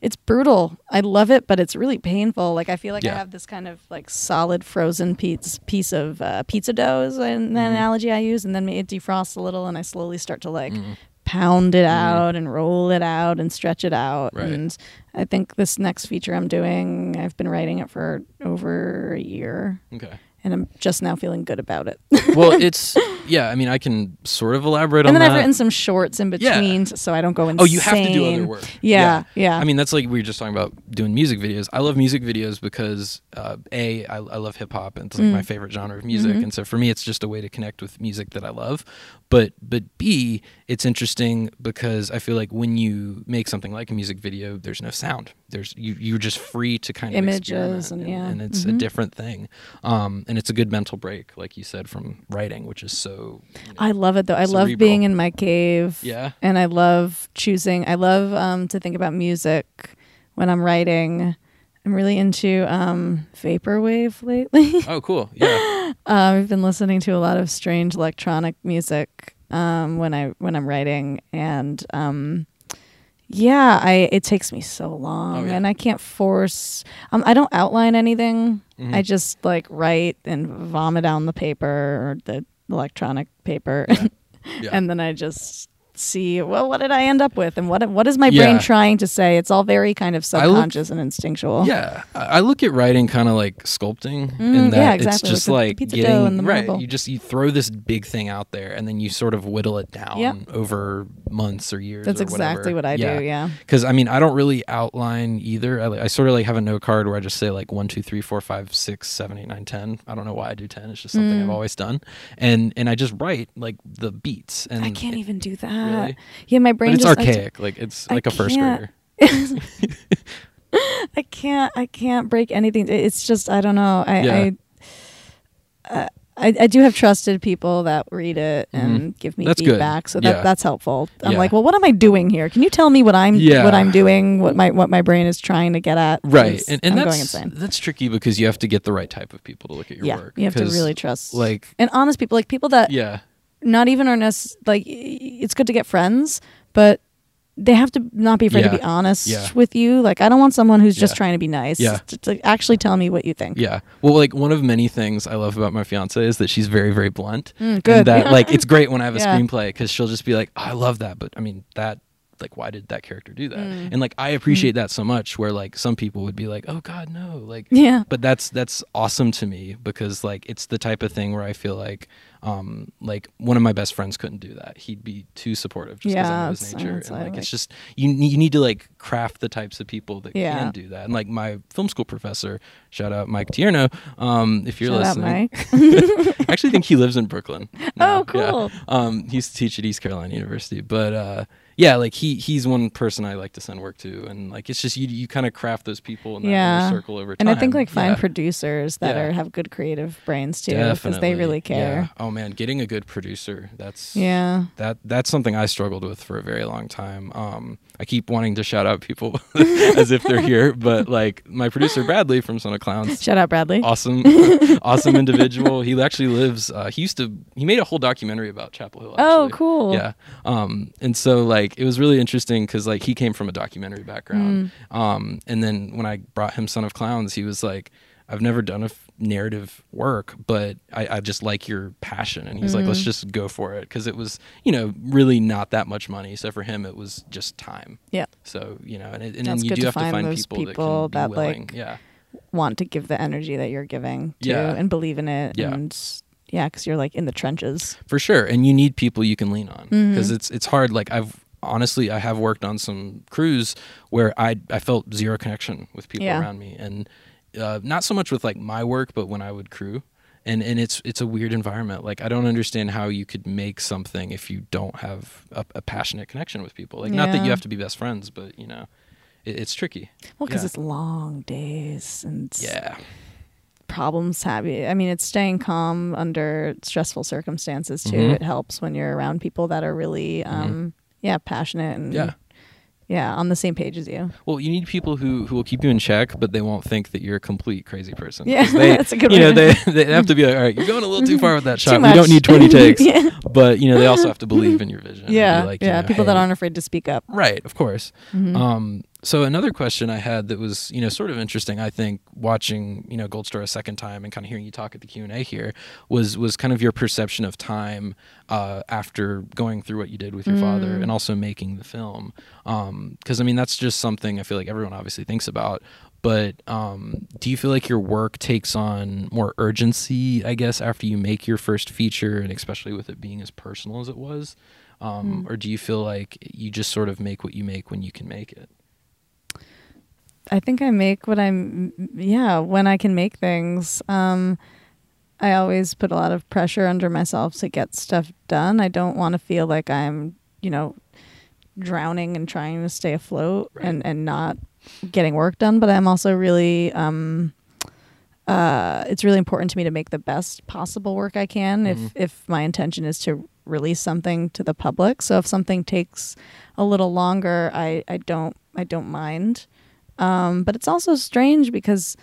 Speaker 1: it's brutal. I love it, but it's really painful. Like I feel like I
Speaker 2: Yeah.
Speaker 1: have this kind of like solid frozen piece piece of uh, pizza dough is
Speaker 2: Mm-hmm.
Speaker 1: an analogy I use, and then it defrosts a little, and I slowly start to like
Speaker 2: Mm-hmm.
Speaker 1: pound it out and roll it out and stretch it out.
Speaker 2: Right.
Speaker 1: And I think this next feature I'm doing, I've been writing it for over a year
Speaker 2: Okay.
Speaker 1: and I'm just now feeling good about it.
Speaker 2: well, it's yeah. I mean, I can sort of elaborate on
Speaker 1: and then
Speaker 2: that.
Speaker 1: I've written some shorts in
Speaker 2: Yeah.
Speaker 1: between, so I don't go insane.
Speaker 2: oh, you have to do other work.
Speaker 1: Yeah, yeah.
Speaker 2: I mean, that's like we were just talking about doing music videos. I love music videos because uh, a I, I love hip hop and it's like
Speaker 1: Mm.
Speaker 2: my favorite genre of music,
Speaker 1: Mm-hmm.
Speaker 2: and so for me, it's just a way to connect with music that I love. But but b it's interesting because I feel like when you make something like a music video, there's no sound. There's you you're just free to kind of
Speaker 1: Images
Speaker 2: experiment,
Speaker 1: and- yeah. Mm-hmm.
Speaker 2: and it's a different thing. Um, and it's a good mental break, like you said, from writing, which is so. you know,
Speaker 1: I love it though. I love
Speaker 2: Cerebral.
Speaker 1: being in my cave.
Speaker 2: Yeah.
Speaker 1: And I love choosing. I love um, to think about music when I'm writing. I'm really into um, vaporwave lately.
Speaker 2: oh, cool. Yeah.
Speaker 1: um, I've been listening to a lot of strange electronic music um, when I when I'm writing, and um, yeah, I it takes me so long,
Speaker 2: Oh, yeah.
Speaker 1: and I can't force. Um, I don't outline anything.
Speaker 2: Mm-hmm.
Speaker 1: I just like write and vomit down the paper or the electronic paper,
Speaker 2: Yeah.
Speaker 1: and then I just see well what did I end up with, and what what is my
Speaker 2: Yeah.
Speaker 1: brain trying to say? It's all very kind of
Speaker 2: I look-
Speaker 1: subconscious and instinctual.
Speaker 2: Yeah, I I look at writing kind of like sculpting, in
Speaker 1: Mm,
Speaker 2: that
Speaker 1: yeah,
Speaker 2: it's
Speaker 1: exactly,
Speaker 2: just
Speaker 1: like the- the
Speaker 2: like
Speaker 1: pizza dough
Speaker 2: getting
Speaker 1: and the
Speaker 2: right.
Speaker 1: marble.
Speaker 2: You just you throw this big thing out there, and then you sort of whittle it down
Speaker 1: Yep.
Speaker 2: over months or years.
Speaker 1: That's
Speaker 2: or
Speaker 1: exactly
Speaker 2: whatever.
Speaker 1: what I do. Yeah.
Speaker 2: Because I mean, I don't really outline either. I, li- I sort of like have a note card where I just say like one, two, three, four, five, six, seven, eight, nine, ten. I don't know why I do ten. It's just something
Speaker 1: Mm.
Speaker 2: I've always done, and and I just write like the beats. And
Speaker 1: I can't
Speaker 2: it-
Speaker 1: even do that.
Speaker 2: Really?
Speaker 1: Yeah, my brain
Speaker 2: But it's
Speaker 1: just I d-
Speaker 2: archaic. like it's
Speaker 1: I
Speaker 2: like a first
Speaker 1: can't-
Speaker 2: grader.
Speaker 1: I can't I can't break anything. It- It's just I don't know. I uh,
Speaker 2: Yeah.
Speaker 1: I, I I do have trusted people that read it and give me
Speaker 2: Mm-hmm. That's good.
Speaker 1: feedback, so that
Speaker 2: Yeah.
Speaker 1: that's helpful. I'm
Speaker 2: Yeah.
Speaker 1: like, well, what am I doing here? Can you tell me what I'm
Speaker 2: Yeah.
Speaker 1: what I'm doing? What my what my brain is trying to get at?
Speaker 2: right
Speaker 1: 'Cause
Speaker 2: and, and
Speaker 1: I'm
Speaker 2: that's
Speaker 1: going insane.
Speaker 2: that's tricky because you have to get the right type of people to look at your
Speaker 1: Yeah,
Speaker 2: work
Speaker 1: you have to
Speaker 2: 'cause,
Speaker 1: really trust
Speaker 2: like
Speaker 1: and honest people, like people that
Speaker 2: yeah
Speaker 1: not even are necess- like y- y- it's good to get friends, but they have to not be afraid
Speaker 2: Yeah.
Speaker 1: to be honest
Speaker 2: Yeah.
Speaker 1: with you. Like I don't want someone who's just
Speaker 2: Yeah.
Speaker 1: trying to be nice.
Speaker 2: Yeah.
Speaker 1: To, to actually tell me what you think.
Speaker 2: yeah well like one of many things i love about my fiance is that she's very very blunt and
Speaker 1: Mm, good.
Speaker 2: that like it's great when i have a
Speaker 1: Yeah.
Speaker 2: screenplay because she'll just be like "Oh, i love that but i mean that like why did that character do that
Speaker 1: Mm.
Speaker 2: and like i appreciate that so much where like some people would be like oh god no like
Speaker 1: Yeah.
Speaker 2: but that's that's awesome to me because like it's the type of thing where i feel like um like one of my best friends couldn't do that he'd be too supportive just because
Speaker 1: Yeah,
Speaker 2: i know his
Speaker 1: it's-
Speaker 2: nature
Speaker 1: it's
Speaker 2: and like
Speaker 1: like-
Speaker 2: it's just you ne- you need to like craft the types of people that
Speaker 1: Yeah.
Speaker 2: can do that and like my film school professor shout out mike tierno um if you're
Speaker 1: Shout out,
Speaker 2: listening
Speaker 1: Mike.
Speaker 2: I actually think he lives in Brooklyn.
Speaker 1: Oh,
Speaker 2: now. Yeah.
Speaker 1: cool.
Speaker 2: Um, he used to teach at East Carolina University, but uh, yeah, like he he's one person I like to send work to, and like it's just you you kind of craft those people in that
Speaker 1: Yeah.
Speaker 2: inner circle over time.
Speaker 1: And I think like find
Speaker 2: Yeah.
Speaker 1: producers that
Speaker 2: Yeah.
Speaker 1: are have good creative brains too, because they
Speaker 2: Definitely.
Speaker 1: really care.
Speaker 2: Yeah. Oh man, getting a good producer that's
Speaker 1: Yeah.
Speaker 2: that that's something I struggled with for a very long time. Um, I keep wanting to shout out people as if they're here, but like my producer Bradley from Son of Clowns
Speaker 1: Shout out Bradley.
Speaker 2: awesome awesome individual he actually lives uh, he used to he made a whole documentary about chapel hill
Speaker 1: Oh,
Speaker 2: actually.
Speaker 1: cool.
Speaker 2: yeah um and so like it was really interesting because like he came from a documentary background
Speaker 1: Mm.
Speaker 2: um and then when i brought him son of clowns he was like i've never done a f- narrative work but I, I just like your passion and he's like
Speaker 1: Mm.
Speaker 2: let's just go for it because it was you know really not that much money so for him it was just time
Speaker 1: Yeah.
Speaker 2: so you know and, it, and then
Speaker 1: That's
Speaker 2: you
Speaker 1: good
Speaker 2: do
Speaker 1: to
Speaker 2: have to
Speaker 1: find
Speaker 2: find
Speaker 1: those
Speaker 2: people,
Speaker 1: people
Speaker 2: that, can
Speaker 1: that,
Speaker 2: be willing.
Speaker 1: like,
Speaker 2: yeah
Speaker 1: Want to give the energy that you're giving to
Speaker 2: Yeah.
Speaker 1: and believe in it.
Speaker 2: Yeah.
Speaker 1: And yeah, because you're like in the trenches.
Speaker 2: for sure and you need people you can lean on
Speaker 1: Mm-hmm.
Speaker 2: because it's it's hard like i've honestly i have worked on some crews where i i felt zero connection with people
Speaker 1: Yeah.
Speaker 2: around me and uh, not so much with like my work but when i would crew and and it's it's a weird environment like i don't understand how you could make something if you don't have a, a passionate connection with people like not that
Speaker 1: Yeah.
Speaker 2: you have to be best friends but you know it, it's tricky
Speaker 1: Well, because
Speaker 2: Yeah.
Speaker 1: it's long days and
Speaker 2: yeah
Speaker 1: problems have you. I mean, it's staying calm under stressful circumstances too.
Speaker 2: Mhm.
Speaker 1: It helps when you're around people that are really, um, yeah, passionate and
Speaker 2: Mm-hmm. yeah
Speaker 1: yeah, on the same page as you.
Speaker 2: Well, you need people who, who will keep you in check, but they won't think that you're a complete crazy person.
Speaker 1: Yeah,
Speaker 2: 'Cause they,
Speaker 1: that's a good
Speaker 2: You know,
Speaker 1: way
Speaker 2: they, they have to be like, all right, you're going a little too far with that shot.
Speaker 1: Too
Speaker 2: We don't
Speaker 1: much.
Speaker 2: need 20 takes.
Speaker 1: Yeah.
Speaker 2: But, you know, they also have to believe in your vision. and be
Speaker 1: Yeah,
Speaker 2: like, you
Speaker 1: yeah,
Speaker 2: know,
Speaker 1: people that
Speaker 2: hey,
Speaker 1: aren't afraid to speak up.
Speaker 2: Right, of course. Um, so another question I had that was, you know, sort of interesting. I think watching, you know, Gold Star a second time and kind of hearing you talk at the Q and A here was was kind of your perception of time uh, after going through what you did with your father Um, and also making the film. Because I mean, that's just something I feel like everyone obviously thinks about. But um, do you feel like your work takes on more urgency, I guess, after you make your first feature, and especially with it being as personal as it was?
Speaker 1: Hmm.
Speaker 2: Um, Or do you feel like you just sort of make what you make when you can make it?
Speaker 1: I think I make what I'm yeah, when I can make things. Um I always put a lot of pressure under myself to get stuff done. I don't want to feel like I'm, you know, drowning and trying to stay afloat
Speaker 2: Right.
Speaker 1: and and not getting work done, but I'm also really um uh it's really important to me to make the best possible work I can
Speaker 2: Mhm.
Speaker 1: if if my intention is to release something to the public. So if something takes a little longer, I I don't I don't mind. Um, but it's also strange because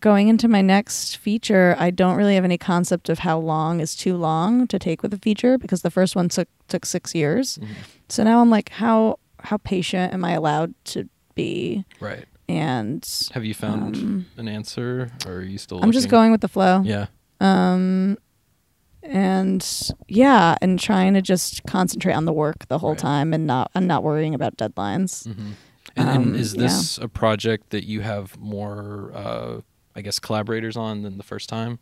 Speaker 1: going into my next feature, I don't really have any concept of how long is too long to take with a feature because the first one took took six years.
Speaker 2: Mm-hmm.
Speaker 1: So now I'm like, how how patient am I allowed to be?
Speaker 2: Right.
Speaker 1: And
Speaker 2: Have you found
Speaker 1: Um,
Speaker 2: an answer, or are you still?
Speaker 1: I'm just
Speaker 2: looking?
Speaker 1: going with the flow.
Speaker 2: Yeah.
Speaker 1: Um, and yeah, and trying to just concentrate on the work the whole
Speaker 2: Right.
Speaker 1: time and not and not worrying about deadlines.
Speaker 2: hmm And, and
Speaker 1: Um,
Speaker 2: is
Speaker 1: yeah.
Speaker 2: this a project that you have more, uh, I guess, collaborators on than the first time?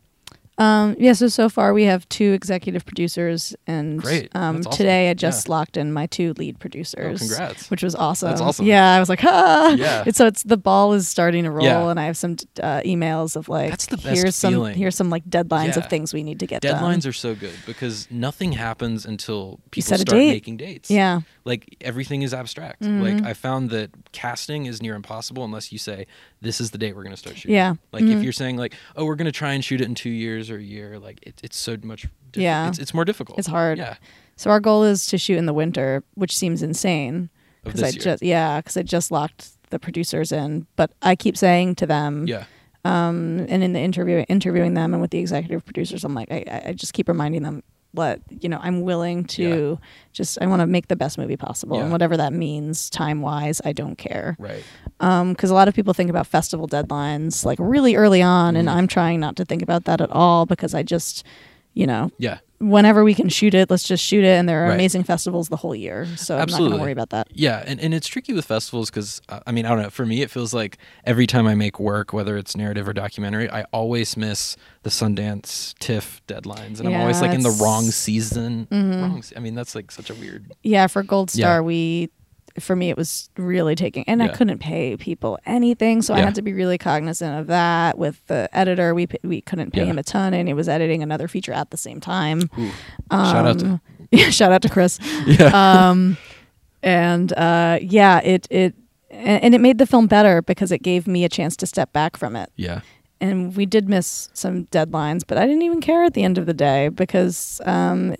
Speaker 1: Um, yeah, so so far we have two executive producers, and
Speaker 2: Great.
Speaker 1: um,
Speaker 2: That's awesome.
Speaker 1: today I just
Speaker 2: Yeah.
Speaker 1: locked in my two lead
Speaker 2: Oh,
Speaker 1: producers,
Speaker 2: congrats.
Speaker 1: which was awesome.
Speaker 2: That's awesome.
Speaker 1: Yeah, I was like, ah.
Speaker 2: Yeah.
Speaker 1: And so it's the ball is starting to roll,
Speaker 2: Yeah.
Speaker 1: and I have some uh, emails of like,
Speaker 2: That's the best
Speaker 1: here's some
Speaker 2: feeling.
Speaker 1: here's some like deadlines
Speaker 2: Yeah.
Speaker 1: of things we need to get done.
Speaker 2: Deadlines are so good because nothing happens until people
Speaker 1: set a
Speaker 2: start
Speaker 1: date.
Speaker 2: making dates.
Speaker 1: yeah,
Speaker 2: Like everything is abstract. Like
Speaker 1: Mhm.
Speaker 2: I found that casting is near impossible unless you say this is the date we're going to start shooting.
Speaker 1: yeah,
Speaker 2: Like if
Speaker 1: Mhm.
Speaker 2: you're saying like, oh, we're going to try and shoot it in two years or a year, like it, it's so much. Diff-
Speaker 1: Yeah.
Speaker 2: It's, it's more difficult.
Speaker 1: it's hard.
Speaker 2: Yeah.
Speaker 1: So our goal is to shoot in the winter, which seems insane
Speaker 2: Of
Speaker 1: because I
Speaker 2: this year.
Speaker 1: just yeah because I just locked the producers in, but I keep saying to them,
Speaker 2: yeah.
Speaker 1: um, and in the interview interviewing them and with the executive producers i'm like i, I- I just keep reminding them let you know i'm willing to just i want to make the best movie possible
Speaker 2: Yeah.
Speaker 1: and whatever that means time wise i don't care
Speaker 2: Right.
Speaker 1: because a lot of people think about festival deadlines like really early on and
Speaker 2: Mhm.
Speaker 1: i'm trying not to think about that at all because i just you know
Speaker 2: Yeah.
Speaker 1: whenever we can shoot it let's just shoot it and there are
Speaker 2: Right.
Speaker 1: amazing festivals the whole year so i'm not
Speaker 2: Absolutely.
Speaker 1: going to worry about that
Speaker 2: Yeah, and, and it's tricky with festivals because I mean I don't know. For me, it feels like every time I make work, whether it's narrative or documentary, I always miss the Sundance TIFF deadlines, and I'm always
Speaker 1: Yeah,
Speaker 2: like in the
Speaker 1: it's-
Speaker 2: wrong season.
Speaker 1: Mm-hmm.
Speaker 2: Wrong. se- I mean, that's like such a weird.
Speaker 1: Yeah, for Gold
Speaker 2: Yeah.
Speaker 1: Star, we for me it was really taking, and I
Speaker 2: Yeah.
Speaker 1: couldn't pay people anything, so I
Speaker 2: Yeah.
Speaker 1: had to be really cognizant of that. With the editor, we p- we couldn't pay
Speaker 2: Yeah.
Speaker 1: him a ton, and he was editing another feature at the same time.
Speaker 2: Ooh, shout out to
Speaker 1: Um, yeah, shout out to Chris.
Speaker 2: yeah.
Speaker 1: Um, and uh, yeah, it it and, and it made the film better because it gave me a chance to step back from it.
Speaker 2: yeah.
Speaker 1: And we did miss some deadlines, but I didn't even care at the end of the day because um,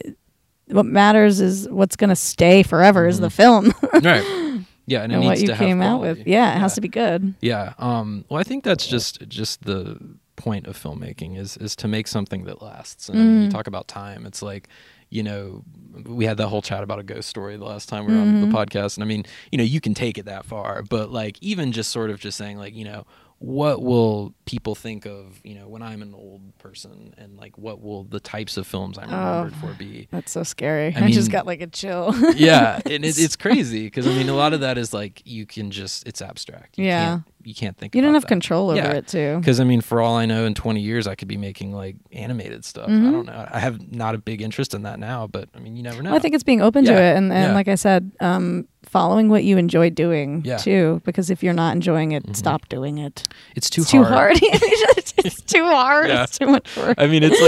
Speaker 1: what matters is what's going to stay forever is
Speaker 2: Mm-hmm.
Speaker 1: the film.
Speaker 2: right. Yeah, and it
Speaker 1: and
Speaker 2: needs
Speaker 1: what you
Speaker 2: to have
Speaker 1: came out with.
Speaker 2: quality.
Speaker 1: Yeah, it has to be good.
Speaker 2: Yeah. Um, well, I think that's just just the point of filmmaking is is to make something that lasts. And I mean, you
Speaker 1: Mm.
Speaker 2: talk about time. It's like, you know, we had that whole chat about a ghost story the last time we were
Speaker 1: Mm-hmm.
Speaker 2: on the podcast. And I mean, you know, you can take it that far, but like even just sort of just saying like, you know, what will people think of, you know, when I'm an old person and like what will the types of films I'm
Speaker 1: Oh.
Speaker 2: remembered for be?
Speaker 1: That's so scary.
Speaker 2: I
Speaker 1: I, just
Speaker 2: mean-
Speaker 1: got like a chill.
Speaker 2: yeah, and it, it's crazy because I mean, a lot of that is like you can just—it's abstract. You
Speaker 1: Yeah.
Speaker 2: can't, you can't think.
Speaker 1: you don't
Speaker 2: about
Speaker 1: have
Speaker 2: that.
Speaker 1: control over
Speaker 2: Yeah.
Speaker 1: it, too.
Speaker 2: Because I mean, for all I know, in 20 years, I could be making like animated stuff. I
Speaker 1: Mhm.
Speaker 2: don't know. I have not a big interest in that now, but I mean, you never know.
Speaker 1: Well, I think it's being open to
Speaker 2: Yeah,
Speaker 1: it, and, and
Speaker 2: yeah.
Speaker 1: like I said, um, following what you enjoy doing
Speaker 2: Yeah.
Speaker 1: too. Because if you're not enjoying it,
Speaker 2: Mhm.
Speaker 1: stop doing it.
Speaker 2: it's too
Speaker 1: It's too hard. it's too hard.
Speaker 2: Yeah.
Speaker 1: It's too much work.
Speaker 2: I mean, it's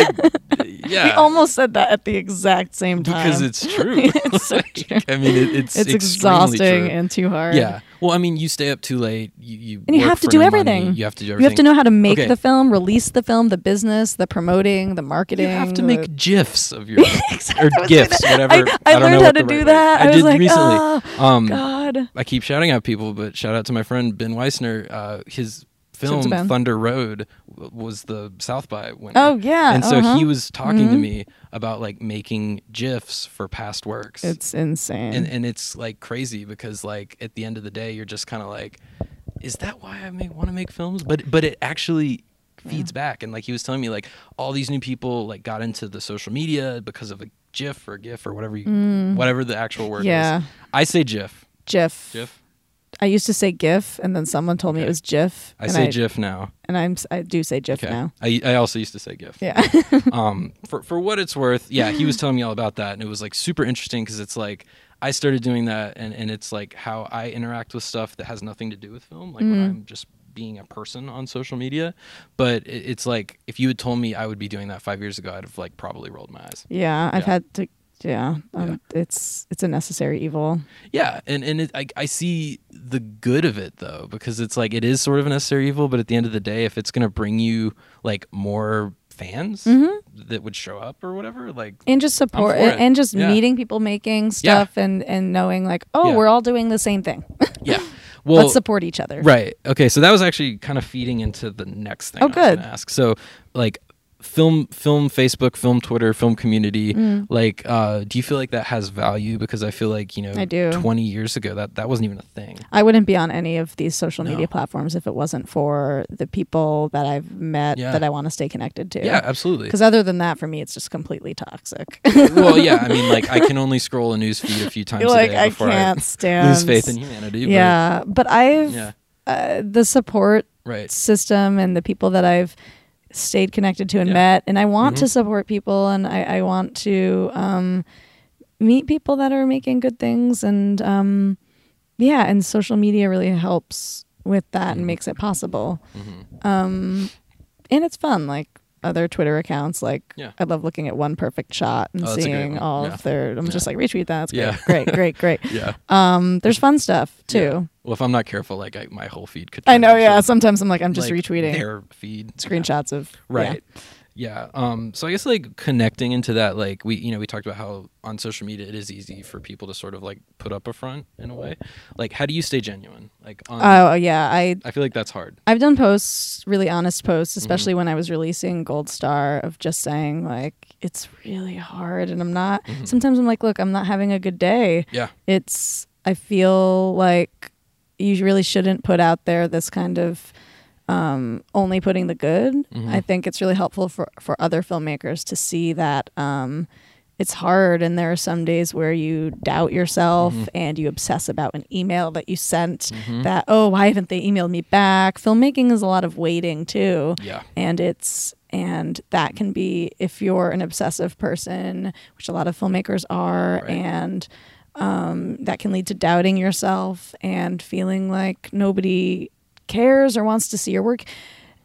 Speaker 2: like, yeah,
Speaker 1: We almost said that at the exact same time
Speaker 2: because it's true.
Speaker 1: It's so true.
Speaker 2: I mean, it, it's
Speaker 1: It's
Speaker 2: extremely
Speaker 1: exhausting
Speaker 2: true.
Speaker 1: and too hard.
Speaker 2: Yeah. Well, I mean, you stay up too late. You, you
Speaker 1: And you
Speaker 2: work
Speaker 1: have to
Speaker 2: for
Speaker 1: do
Speaker 2: no
Speaker 1: everything.
Speaker 2: money, You have to do everything.
Speaker 1: You have to know how to make
Speaker 2: Okay.
Speaker 1: the film, release the film, the business, the promoting, the marketing.
Speaker 2: You have
Speaker 1: the-
Speaker 2: to make gifs of your
Speaker 1: Exactly,
Speaker 2: or
Speaker 1: I was doing
Speaker 2: gifs,
Speaker 1: that.
Speaker 2: whatever.
Speaker 1: I, I,
Speaker 2: don't know
Speaker 1: learned how
Speaker 2: what
Speaker 1: to
Speaker 2: the
Speaker 1: do
Speaker 2: right
Speaker 1: that.
Speaker 2: Word.
Speaker 1: I,
Speaker 2: I
Speaker 1: was
Speaker 2: did
Speaker 1: like,
Speaker 2: recently.
Speaker 1: oh
Speaker 2: um,
Speaker 1: God.
Speaker 2: I keep shouting out people, but shout out to my friend Ben Weissner. Uh, his film
Speaker 1: Sons of Ben.
Speaker 2: Thunder Road w- was the South by winner.
Speaker 1: Oh yeah.
Speaker 2: and so
Speaker 1: uh-huh.
Speaker 2: he was talking to
Speaker 1: Mhm.
Speaker 2: me about like making gifs for past works.
Speaker 1: It's insane.
Speaker 2: and and it's like crazy because like at the end of the day, you're just kind of like, is that why I want to make films? But but it actually feeds back and like he was telling me like all these new people like got into the social media because of a
Speaker 1: Mm.
Speaker 2: gif or gif or whatever you whatever the actual word
Speaker 1: yeah.
Speaker 2: is i say gif
Speaker 1: Jeff.
Speaker 2: gif
Speaker 1: I used to say GIF, and then someone told me
Speaker 2: Okay.
Speaker 1: it was JIF.
Speaker 2: I
Speaker 1: and
Speaker 2: say GIF now.
Speaker 1: and I'm s- I do say GIF
Speaker 2: Okay.
Speaker 1: now.
Speaker 2: I, I also used to say GIF.
Speaker 1: Yeah,
Speaker 2: um, for for what it's worth, yeah, he was telling me all about that, and it was like super interesting because it's like I started doing that, and and it's like how I interact with stuff that has nothing to do with film, like when
Speaker 1: Mm.
Speaker 2: I'm just being a person on social media. But it, it's like if you had told me I would be doing that five years ago, I'd have like probably rolled my eyes.
Speaker 1: yeah. I've
Speaker 2: Yeah.
Speaker 1: had to. Yeah, um, it's it's a necessary evil.
Speaker 2: Yeah, and and it, I I see the good of it though because it's like it is sort of a necessary evil, but at the end of the day, if it's gonna bring you like more fans that would show up or whatever, like
Speaker 1: and just support
Speaker 2: for it.
Speaker 1: and just
Speaker 2: Yeah.
Speaker 1: meeting people making stuff and and knowing like oh
Speaker 2: Yeah.
Speaker 1: we're all doing the same thing
Speaker 2: yeah, well,
Speaker 1: let's support each other
Speaker 2: Right. Okay. So that was actually kind of feeding into the next thing.
Speaker 1: Oh,
Speaker 2: I was gonna
Speaker 1: good.
Speaker 2: ask. So, like, film, film, Facebook, film, Twitter, film community.
Speaker 1: Mm.
Speaker 2: Like, uh, do you feel like that has value? Because I feel like you know,
Speaker 1: I do.
Speaker 2: Twenty years ago, that that wasn't even a thing.
Speaker 1: i wouldn't be on any of these social
Speaker 2: No.
Speaker 1: media platforms if it wasn't for the people that i've met
Speaker 2: Yeah.
Speaker 1: that i want to stay connected to
Speaker 2: Yeah, absolutely.
Speaker 1: because other than that for me it's just completely toxic
Speaker 2: well, yeah. I mean, like, I can only scroll a news feed a few times
Speaker 1: like
Speaker 2: a day
Speaker 1: i
Speaker 2: before
Speaker 1: can't
Speaker 2: I
Speaker 1: stand
Speaker 2: lose faith in humanity. but-
Speaker 1: yeah but i've
Speaker 2: yeah.
Speaker 1: uh, the support
Speaker 2: Right.
Speaker 1: system and the people that I've stayed connected to and
Speaker 2: Yeah.
Speaker 1: met. And I want
Speaker 2: Mhm.
Speaker 1: to support people and I, I want to um, meet people that are making good things. And um, yeah, and social media really helps with that
Speaker 2: Mhm.
Speaker 1: and makes it possible.
Speaker 2: Mhm.
Speaker 1: Um, and it's fun, like other Twitter accounts. Like
Speaker 2: Yeah.
Speaker 1: I love looking at one perfect shot and
Speaker 2: Oh, that's a great
Speaker 1: seeing
Speaker 2: one.
Speaker 1: all
Speaker 2: Yeah.
Speaker 1: of their. I'm just like retweet that. That's
Speaker 2: Yeah.
Speaker 1: great, great, great, great.
Speaker 2: Yeah.
Speaker 1: Um, there's fun stuff too.
Speaker 2: Yeah. Well, if I'm not careful, like I, my whole feed could.
Speaker 1: I know.
Speaker 2: turn into,
Speaker 1: Yeah. Sometimes I'm like I'm just
Speaker 2: like,
Speaker 1: retweeting
Speaker 2: their feed Yeah.
Speaker 1: screenshots of yeah.
Speaker 2: right yeah. um so i guess like connecting into that like we you know we talked about how on social media it is easy for people to sort of like put up a front in a way like how do you stay genuine like on,
Speaker 1: Oh yeah, I
Speaker 2: i feel like that's hard
Speaker 1: I've done posts, really honest posts, especially when I was releasing Gold Star of just saying like it's really hard and I'm not sometimes I'm like, look, I'm not having a good day.
Speaker 2: yeah
Speaker 1: It's I feel like you really shouldn't put out there this kind of um, only putting the good. I think it's really helpful for, for other filmmakers to see that um, it's hard and there are some days where you doubt yourself and you obsess about an email that you sent that, oh, why haven't they emailed me back? Filmmaking is a lot of waiting too
Speaker 2: yeah
Speaker 1: and it's and that can be if you're an obsessive person which a lot of filmmakers are
Speaker 2: Right.
Speaker 1: and um, that can lead to doubting yourself and feeling like nobody cares or wants to see your work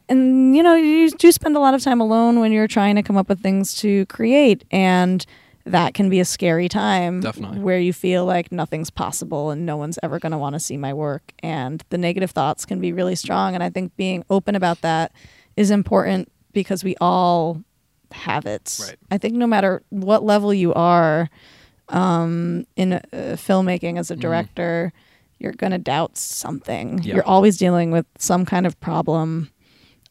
Speaker 1: and you know you do spend a lot of time alone when you're trying to come up with things to create and that can be a scary time
Speaker 2: Definitely.
Speaker 1: where you feel like nothing's possible and no one's ever going to want to see my work and the negative thoughts can be really strong and i think being open about that is important because we all have it
Speaker 2: Right.
Speaker 1: i think no matter what level you are um, in uh, filmmaking
Speaker 2: Mm-hmm.
Speaker 1: as a director you're going to doubt something
Speaker 2: Yeah.
Speaker 1: you're always dealing with some kind of problem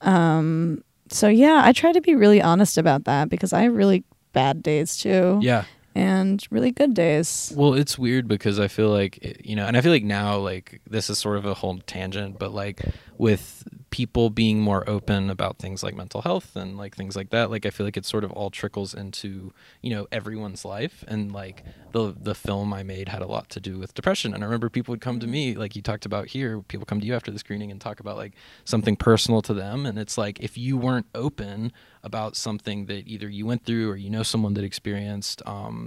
Speaker 1: Um, so yeah, I try to be really honest about that because I have really bad days too.
Speaker 2: yeah
Speaker 1: And really good days.
Speaker 2: Well, it's weird because I feel like it- you know, and I feel like now like this is sort of a whole tangent, but like with people being more open about things like mental health and like things like that, like I feel like it sort of all trickles into you know everyone's life, and like the the film I made had a lot to do with depression, and I remember people would come to me like you talked about here, people come to you after the screening and talk about like something personal to them, and it's like if you weren't open about something that either you went through or you know someone that experienced. Um,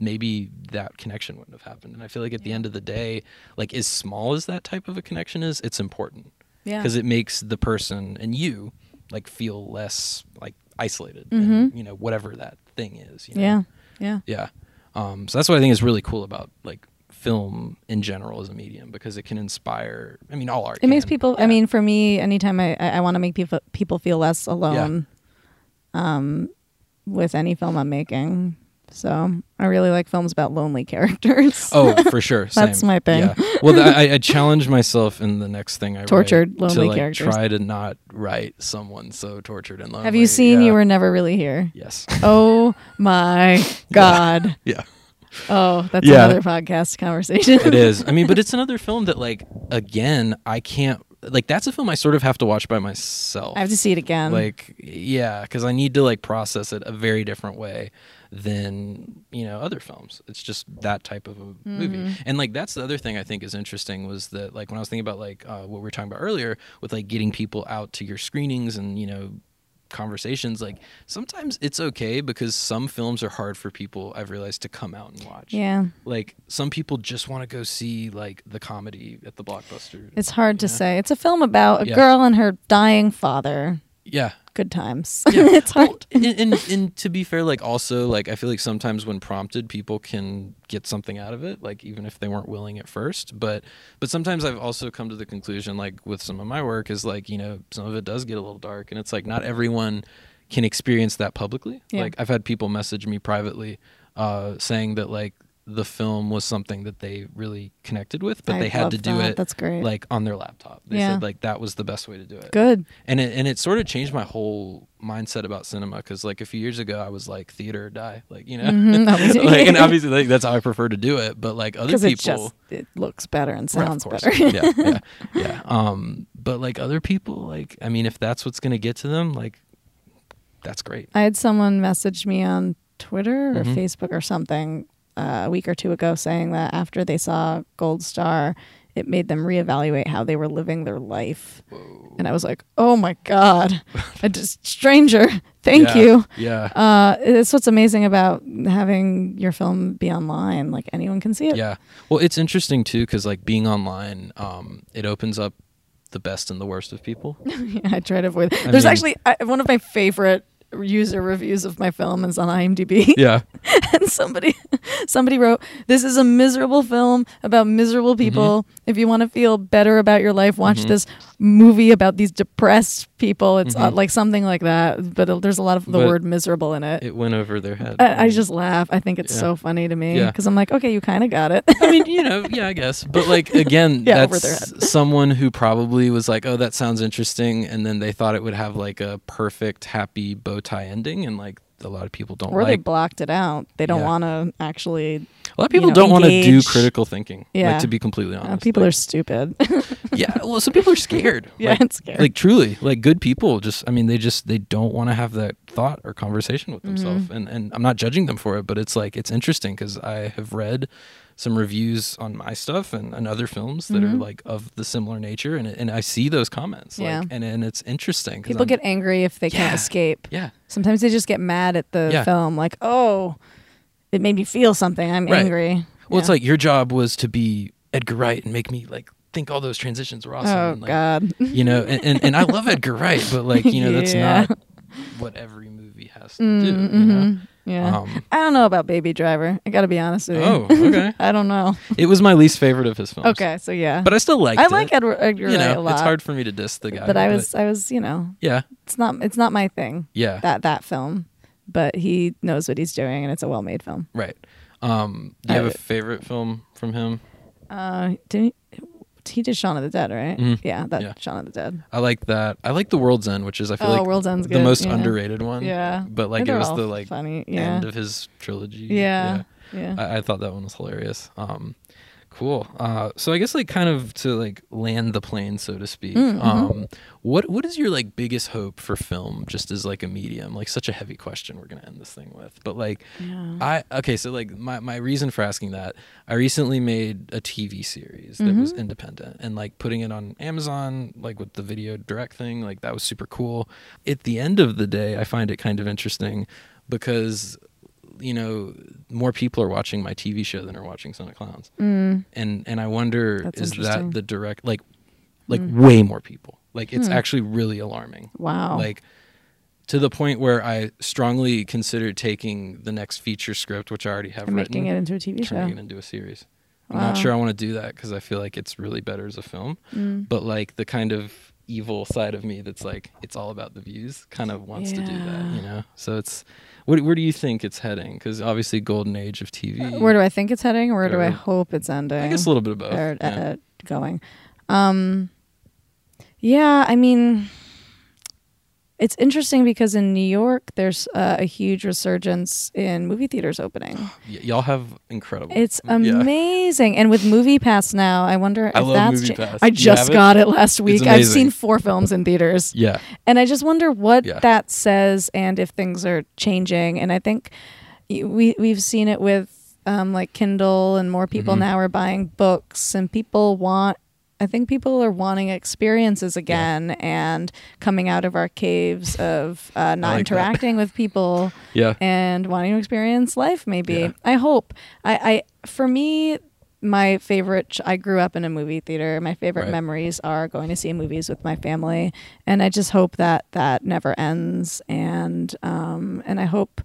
Speaker 2: maybe that connection wouldn't have happened. And I feel like at the end of the day, like as small as that type of a connection is, it's important
Speaker 1: Yeah.
Speaker 2: because it makes the person and you like feel less like isolated. And, you know, whatever that thing is. You know?
Speaker 1: Mm-hmm. Yeah. Yeah.
Speaker 2: Yeah. Um, so that's what I think is really cool about like film in general as a medium because it can inspire. I mean, all art.
Speaker 1: It makes
Speaker 2: can.
Speaker 1: people I
Speaker 2: Yeah.
Speaker 1: mean, for me, anytime I, I, I want to make people people feel less alone um with any film I'm making. So I really like films about lonely characters.
Speaker 2: Oh, for sure.
Speaker 1: That's
Speaker 2: Same.
Speaker 1: my thing.
Speaker 2: Yeah. Well, th- I, I challenge myself in the next thing I
Speaker 1: Tortured,
Speaker 2: write
Speaker 1: lonely
Speaker 2: to like
Speaker 1: characters.
Speaker 2: try to not write someone so tortured and lonely.
Speaker 1: have you seen
Speaker 2: Yeah.
Speaker 1: You Were Never Really Here?
Speaker 2: Yes.
Speaker 1: Oh my God.
Speaker 2: Yeah.
Speaker 1: Oh, that's
Speaker 2: Yeah.
Speaker 1: another podcast conversation.
Speaker 2: It is. I mean, but it's another film that like again I can't like that's a film I sort of have to watch by myself.
Speaker 1: I have to see it again.
Speaker 2: like yeah, because I need to like process it a very different way than you know other films. It's just that type of a
Speaker 1: Mm-hmm.
Speaker 2: movie, and like that's the other thing I think is interesting was that like when I was thinking about like uh, what we were talking about earlier with like getting people out to your screenings and you know conversations like sometimes it's okay because some films are hard for people I've realized to come out and watch.
Speaker 1: yeah.
Speaker 2: Like some people just want to go see like the comedy at the blockbuster.
Speaker 1: It's hard to say. It's a film about a
Speaker 2: Yeah.
Speaker 1: girl and her dying father.
Speaker 2: yeah.
Speaker 1: Good times.
Speaker 2: Yeah.
Speaker 1: it's hard.
Speaker 2: and, and and to be fair, like also like I feel like sometimes when prompted, people can get something out of it, like even if they weren't willing at first. But but sometimes I've also come to the conclusion, like with some of my work, is like you know some of it does get a little dark, and it's like not everyone can experience that publicly.
Speaker 1: Yeah.
Speaker 2: Like I've had people message me privately, uh, saying that like the film was something that they really connected with, but
Speaker 1: I
Speaker 2: they had
Speaker 1: love
Speaker 2: to do
Speaker 1: that.
Speaker 2: it
Speaker 1: That's great.
Speaker 2: like on their laptop. They
Speaker 1: Yeah.
Speaker 2: said like that was the best way to do it
Speaker 1: Good.
Speaker 2: and it and it sort of changed my whole mindset about cinema because like a few years ago I was like theater or die, like you know,
Speaker 1: Mhm, that was-
Speaker 2: like, and obviously like, that's how I prefer to do it. But like other
Speaker 1: Because
Speaker 2: people,
Speaker 1: it just it looks better and
Speaker 2: Right, of
Speaker 1: sounds
Speaker 2: course.
Speaker 1: better.
Speaker 2: yeah, yeah, yeah. Um, but like other people, like I mean, if that's what's gonna get to them, like that's great.
Speaker 1: I had someone message me on Twitter or
Speaker 2: Mhm.
Speaker 1: Facebook or something uh, a week or two ago saying that after they saw Gold Star, it made them reevaluate how they were living their life. And I was like, oh my God, a dis- stranger, thank
Speaker 2: Yeah,
Speaker 1: you.
Speaker 2: Yeah,
Speaker 1: Uh, it's what's amazing about having your film be online. Like anyone can see it.
Speaker 2: yeah. Well, it's interesting too because like being online, um, it opens up the best and the worst of people.
Speaker 1: Yeah, I try to avoid. There's
Speaker 2: mean-
Speaker 1: actually I, one of my favorite user reviews of my film is on IMDb.
Speaker 2: yeah,
Speaker 1: and somebody somebody wrote this is a miserable film about
Speaker 2: Mm-hmm.
Speaker 1: miserable people if you want to feel better about your life watch this movie about these depressed people it's uh,
Speaker 2: Mhm.
Speaker 1: like something like that but uh, there's a lot of the
Speaker 2: But
Speaker 1: word miserable in it,
Speaker 2: it went over their head.
Speaker 1: I, I just laugh i think it's
Speaker 2: Yeah.
Speaker 1: so funny to me
Speaker 2: Yeah.
Speaker 1: because i'm like okay you kind of got it
Speaker 2: I mean, you know, yeah, I guess. But like again,
Speaker 1: Yeah, over
Speaker 2: that's someone who probably was like, "Oh, that sounds interesting," and then they thought it would have like a perfect happy bow tie ending, and like a lot of people don't
Speaker 1: or they
Speaker 2: like.
Speaker 1: blocked it out they don't
Speaker 2: Yeah.
Speaker 1: want to actually
Speaker 2: a lot of
Speaker 1: you
Speaker 2: people
Speaker 1: know,
Speaker 2: don't want to do
Speaker 1: engage.
Speaker 2: critical thinking.
Speaker 1: Yeah.
Speaker 2: like, to be completely honest,
Speaker 1: uh, people
Speaker 2: Like,
Speaker 1: are stupid
Speaker 2: yeah. Well, some people are scared.
Speaker 1: yeah
Speaker 2: Like,
Speaker 1: it's scary
Speaker 2: like truly like good people just i mean they just they don't want to have that thought or conversation with
Speaker 1: Mm-hmm.
Speaker 2: themselves and and i'm not judging them for it but it's like it's interesting because i have read some reviews on my stuff and, and other films that
Speaker 1: Mm-hmm.
Speaker 2: are like of the similar nature and, and i see those comments
Speaker 1: Yeah.
Speaker 2: like, and, and it's interesting 'cause
Speaker 1: people
Speaker 2: I'm-
Speaker 1: get angry if they
Speaker 2: Yeah.
Speaker 1: can't escape
Speaker 2: yeah
Speaker 1: Sometimes they just get mad at the
Speaker 2: Yeah.
Speaker 1: film, like, oh, it made me feel something. I'm
Speaker 2: Right.
Speaker 1: angry.
Speaker 2: well it's
Speaker 1: Yeah.
Speaker 2: like your job was to be edgar wright and make me like think all those transitions were awesome
Speaker 1: oh,
Speaker 2: and, like,
Speaker 1: God.
Speaker 2: you know and, and, and i love edgar wright but like you know that's
Speaker 1: Yeah.
Speaker 2: not what every movie has to do
Speaker 1: Mm,
Speaker 2: you know
Speaker 1: mhm. Yeah.
Speaker 2: um,
Speaker 1: I don't know about Baby Driver. I got to be honest with you.
Speaker 2: Oh, okay.
Speaker 1: I don't know.
Speaker 2: It was my least favorite of his films.
Speaker 1: Okay, so yeah.
Speaker 2: But I still liked
Speaker 1: I
Speaker 2: it.
Speaker 1: like Edward Edgar
Speaker 2: you
Speaker 1: Wright
Speaker 2: know,
Speaker 1: a lot.
Speaker 2: it's hard for me to diss the guy.
Speaker 1: but I was, I was, you know,
Speaker 2: yeah,
Speaker 1: it's not, it's not my thing.
Speaker 2: yeah,
Speaker 1: That that film, but he knows what he's doing, and it's a well-made film.
Speaker 2: right. Um, do
Speaker 1: I
Speaker 2: you have a
Speaker 1: would-
Speaker 2: favorite film from him?
Speaker 1: Uh, didn't he, he did Shaun of the Dead, right?
Speaker 2: Mhm.
Speaker 1: Yeah, that
Speaker 2: Yeah.
Speaker 1: Shaun of the Dead.
Speaker 2: I like that. I like The World's End, which is I feel
Speaker 1: Oh,
Speaker 2: like
Speaker 1: World's End's
Speaker 2: the
Speaker 1: good,
Speaker 2: most
Speaker 1: yeah.
Speaker 2: underrated one.
Speaker 1: Yeah.
Speaker 2: but like it
Speaker 1: They're
Speaker 2: was
Speaker 1: all
Speaker 2: the like
Speaker 1: funny. Yeah.
Speaker 2: end of his trilogy.
Speaker 1: yeah. Yeah.
Speaker 2: I, I thought that one was hilarious. Um, cool. Uh, so I guess like kind of to like land the plane, so to speak.
Speaker 1: Mm, mhm.
Speaker 2: Um, what what is your like biggest hope for film, just as like a medium? Like such a heavy question. We're gonna end this thing with, but like
Speaker 1: yeah.
Speaker 2: I okay, so like my, my reason for asking that, I recently made a TV series that
Speaker 1: Mm-hmm.
Speaker 2: was independent and like putting it on Amazon, like with the video direct thing, like that was super cool. At the end of the day, I find it kind of interesting because you know, more people are watching my TV show than are watching Son of Clowns.
Speaker 1: Mm.
Speaker 2: And and I wonder
Speaker 1: That's
Speaker 2: is that
Speaker 1: interesting. Mm.
Speaker 2: the direct like like way more people. Like
Speaker 1: Hmm.
Speaker 2: it's actually really alarming
Speaker 1: Wow.
Speaker 2: like to the point where I strongly considered taking the next feature script, which I already have
Speaker 1: and
Speaker 2: written,
Speaker 1: making it into a TV show.
Speaker 2: turning it into a series. I'm not
Speaker 1: Wow.
Speaker 2: sure I want to do that because I feel like it's really better as a film.
Speaker 1: Mm.
Speaker 2: But like the kind of evil side of me that's like it's all about the views kind of wants to do that,
Speaker 1: Yeah.
Speaker 2: you know. So it's what, where do you think it's heading? Because obviously, golden age of TV.
Speaker 1: Where do I think it's heading? Where do I
Speaker 2: Or-
Speaker 1: hope it's ending?
Speaker 2: I guess a little bit of both.
Speaker 1: or, uh,
Speaker 2: yeah.
Speaker 1: uh, going. Um, yeah, I mean, It's interesting because in New York, there's uh, a huge resurgence in movie theaters opening.
Speaker 2: Y- y'all have incredible.
Speaker 1: It's
Speaker 2: Yeah.
Speaker 1: amazing, and with Movie Pass now, I wonder if
Speaker 2: I love
Speaker 1: that's.
Speaker 2: Movie
Speaker 1: cha-
Speaker 2: Pass.
Speaker 1: I
Speaker 2: Do you have
Speaker 1: just
Speaker 2: it?
Speaker 1: got it last week. I've
Speaker 2: amazing.
Speaker 1: seen four films in theaters.
Speaker 2: Yeah.
Speaker 1: And I just wonder what
Speaker 2: Yeah.
Speaker 1: that says and if things are changing. And I think y- we we've seen it with um, like Kindle and more people
Speaker 2: Mhm.
Speaker 1: now are buying books and people want. I think people are wanting experiences again and coming out of our caves of uh, not
Speaker 2: like that.
Speaker 1: interacting with people
Speaker 2: Yeah.
Speaker 1: and wanting to experience life maybe
Speaker 2: Yeah.
Speaker 1: i hope I, I for me my favorite ch- i grew up in a movie theater my favorite
Speaker 2: Right.
Speaker 1: memories are going to see movies with my family and i just hope that that never ends and um and i hope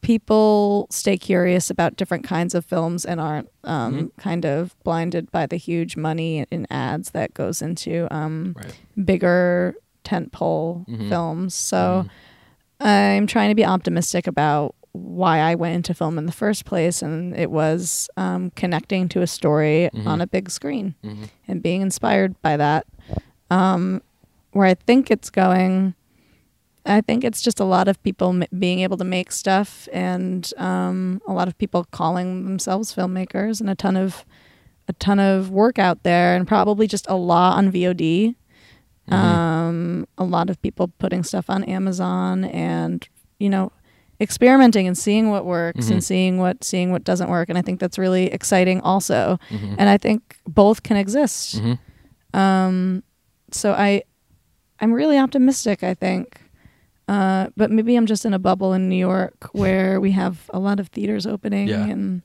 Speaker 1: people stay curious about different kinds of films and aren't um
Speaker 2: Mm-hmm.
Speaker 1: kind of blinded by the huge money in ads that goes into um
Speaker 2: Right.
Speaker 1: bigger tentpole
Speaker 2: Mhm.
Speaker 1: films. So I'm trying to be optimistic about why I went into film in the first place, and it was um, connecting to a story
Speaker 2: Mhm.
Speaker 1: on a big screen
Speaker 2: hmm
Speaker 1: and being inspired by that. Um, where I think it's going, I think it's just a lot of people m- being able to make stuff, and um, a lot of people calling themselves filmmakers, and a ton of a ton of work out there, and probably just a lot on VOD. Um, a lot of people putting stuff on Amazon, and you know, experimenting and seeing what works
Speaker 2: Mhm.
Speaker 1: and seeing what seeing what doesn't work. And I think that's really exciting, also and I think both can exist.
Speaker 2: Mhm.
Speaker 1: Um, so I, I'm really optimistic. I think, uh, but maybe I'm just in a bubble in New York where we have a lot of theaters opening,
Speaker 2: Yeah.
Speaker 1: and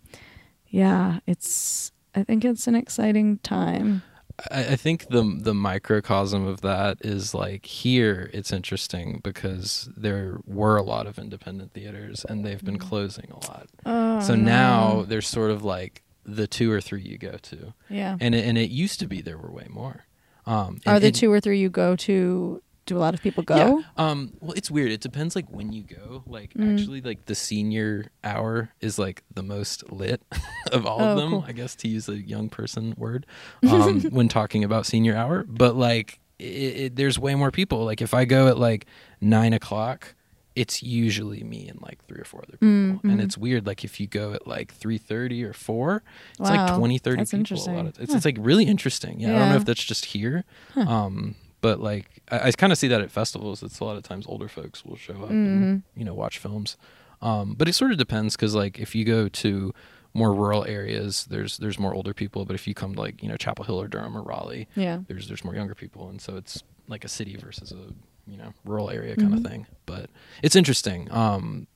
Speaker 1: yeah, it's. I think it's an exciting time.
Speaker 2: I, I think the the microcosm of that is like here it's interesting because there were a lot of independent theaters and they've been closing a lot.
Speaker 1: Mm-hmm. Oh,
Speaker 2: so now there's sort of like the two or three you go to,
Speaker 1: yeah,
Speaker 2: and it, and it used to be there were way more. Um,
Speaker 1: are
Speaker 2: and-
Speaker 1: the
Speaker 2: and-
Speaker 1: two or three you go to? Do a lot of people go?
Speaker 2: Yeah. Um, well, it's weird. It depends like when you go. Like
Speaker 1: Mm.
Speaker 2: actually, like the senior hour is like the most lit of all of
Speaker 1: Oh,
Speaker 2: them.
Speaker 1: cool.
Speaker 2: I guess to use a young person word um, when talking about senior hour. But like, it, it, there's way more people. Like if I go at like nine o'clock. It's usually me and like three or four other people,
Speaker 1: Mm,
Speaker 2: and
Speaker 1: mhm.
Speaker 2: it's weird. Like if you go at like three thirty or four, it's like
Speaker 1: Wow.
Speaker 2: 20, 30
Speaker 1: That's
Speaker 2: people. A lot
Speaker 1: interesting.
Speaker 2: of, it's it's like really interesting. Yeah, I don't know
Speaker 1: Yeah.
Speaker 2: if that's just here, um, but like I, I kind of see that at festivals. It's a lot of times older folks will show up and
Speaker 1: Mm-hmm.
Speaker 2: you know watch films, um, but it sort of depends because like if you go to more rural areas, there's there's more older people. But if you come to like you know Chapel Hill or Durham or Raleigh,
Speaker 1: Yeah.
Speaker 2: there's there's more younger people, and so it's like a city versus a you know rural area kind
Speaker 1: Mm-hmm.
Speaker 2: of thing. But it's interesting. Um,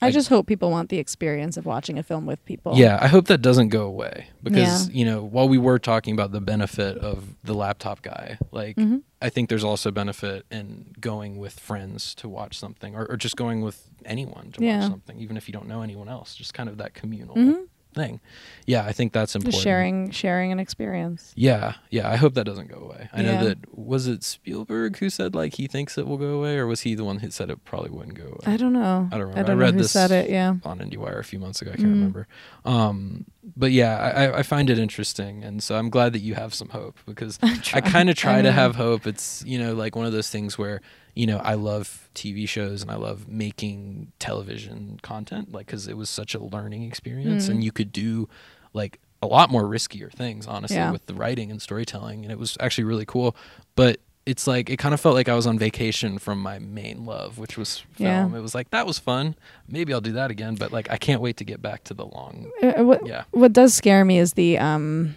Speaker 1: I,
Speaker 2: I-
Speaker 1: just hope people want the experience of watching a film with people.
Speaker 2: yeah, I hope that doesn't go away because
Speaker 1: Yeah.
Speaker 2: you know while we were talking about the benefit of the laptop guy, like
Speaker 1: Mm-hmm.
Speaker 2: I think there's also benefit in going with friends to watch something or, or just going with anyone to
Speaker 1: Yeah.
Speaker 2: watch something, even if you don't know anyone else. Just kind of that communal
Speaker 1: Mhm.
Speaker 2: thing. Yeah, I think that's
Speaker 1: Just
Speaker 2: important.
Speaker 1: sharing, sharing an experience.
Speaker 2: Yeah, yeah. I hope that doesn't go away. I
Speaker 1: Yeah.
Speaker 2: know that was it Spielberg who said like he thinks it will go away, or was he the one who said it probably wouldn't go away?
Speaker 1: I don't know.
Speaker 2: I don't remember.
Speaker 1: I
Speaker 2: I
Speaker 1: don't know
Speaker 2: read
Speaker 1: who
Speaker 2: this-
Speaker 1: said it. Yeah. Mm.
Speaker 2: on IndieWire a few months ago. I can't remember. Um, but yeah, I, I- I find it interesting, and so I'm glad that you have some hope because I kind of try to
Speaker 1: mean-
Speaker 2: have hope. It's you know like one of those things where you know I love TV shows and I love making television content, like because it was such a learning experience,
Speaker 1: Mm.
Speaker 2: and you could do like a lot more riskier things, honestly,
Speaker 1: Yeah.
Speaker 2: with the writing and storytelling, and it was actually really cool, but. It's like it kind of felt like I was on vacation from my main love, which was film.
Speaker 1: Yeah.
Speaker 2: It was like that was fun. Maybe I'll do that again, but like I can't wait to get back to the long.
Speaker 1: Uh, what
Speaker 2: Yeah.
Speaker 1: what does scare me is the um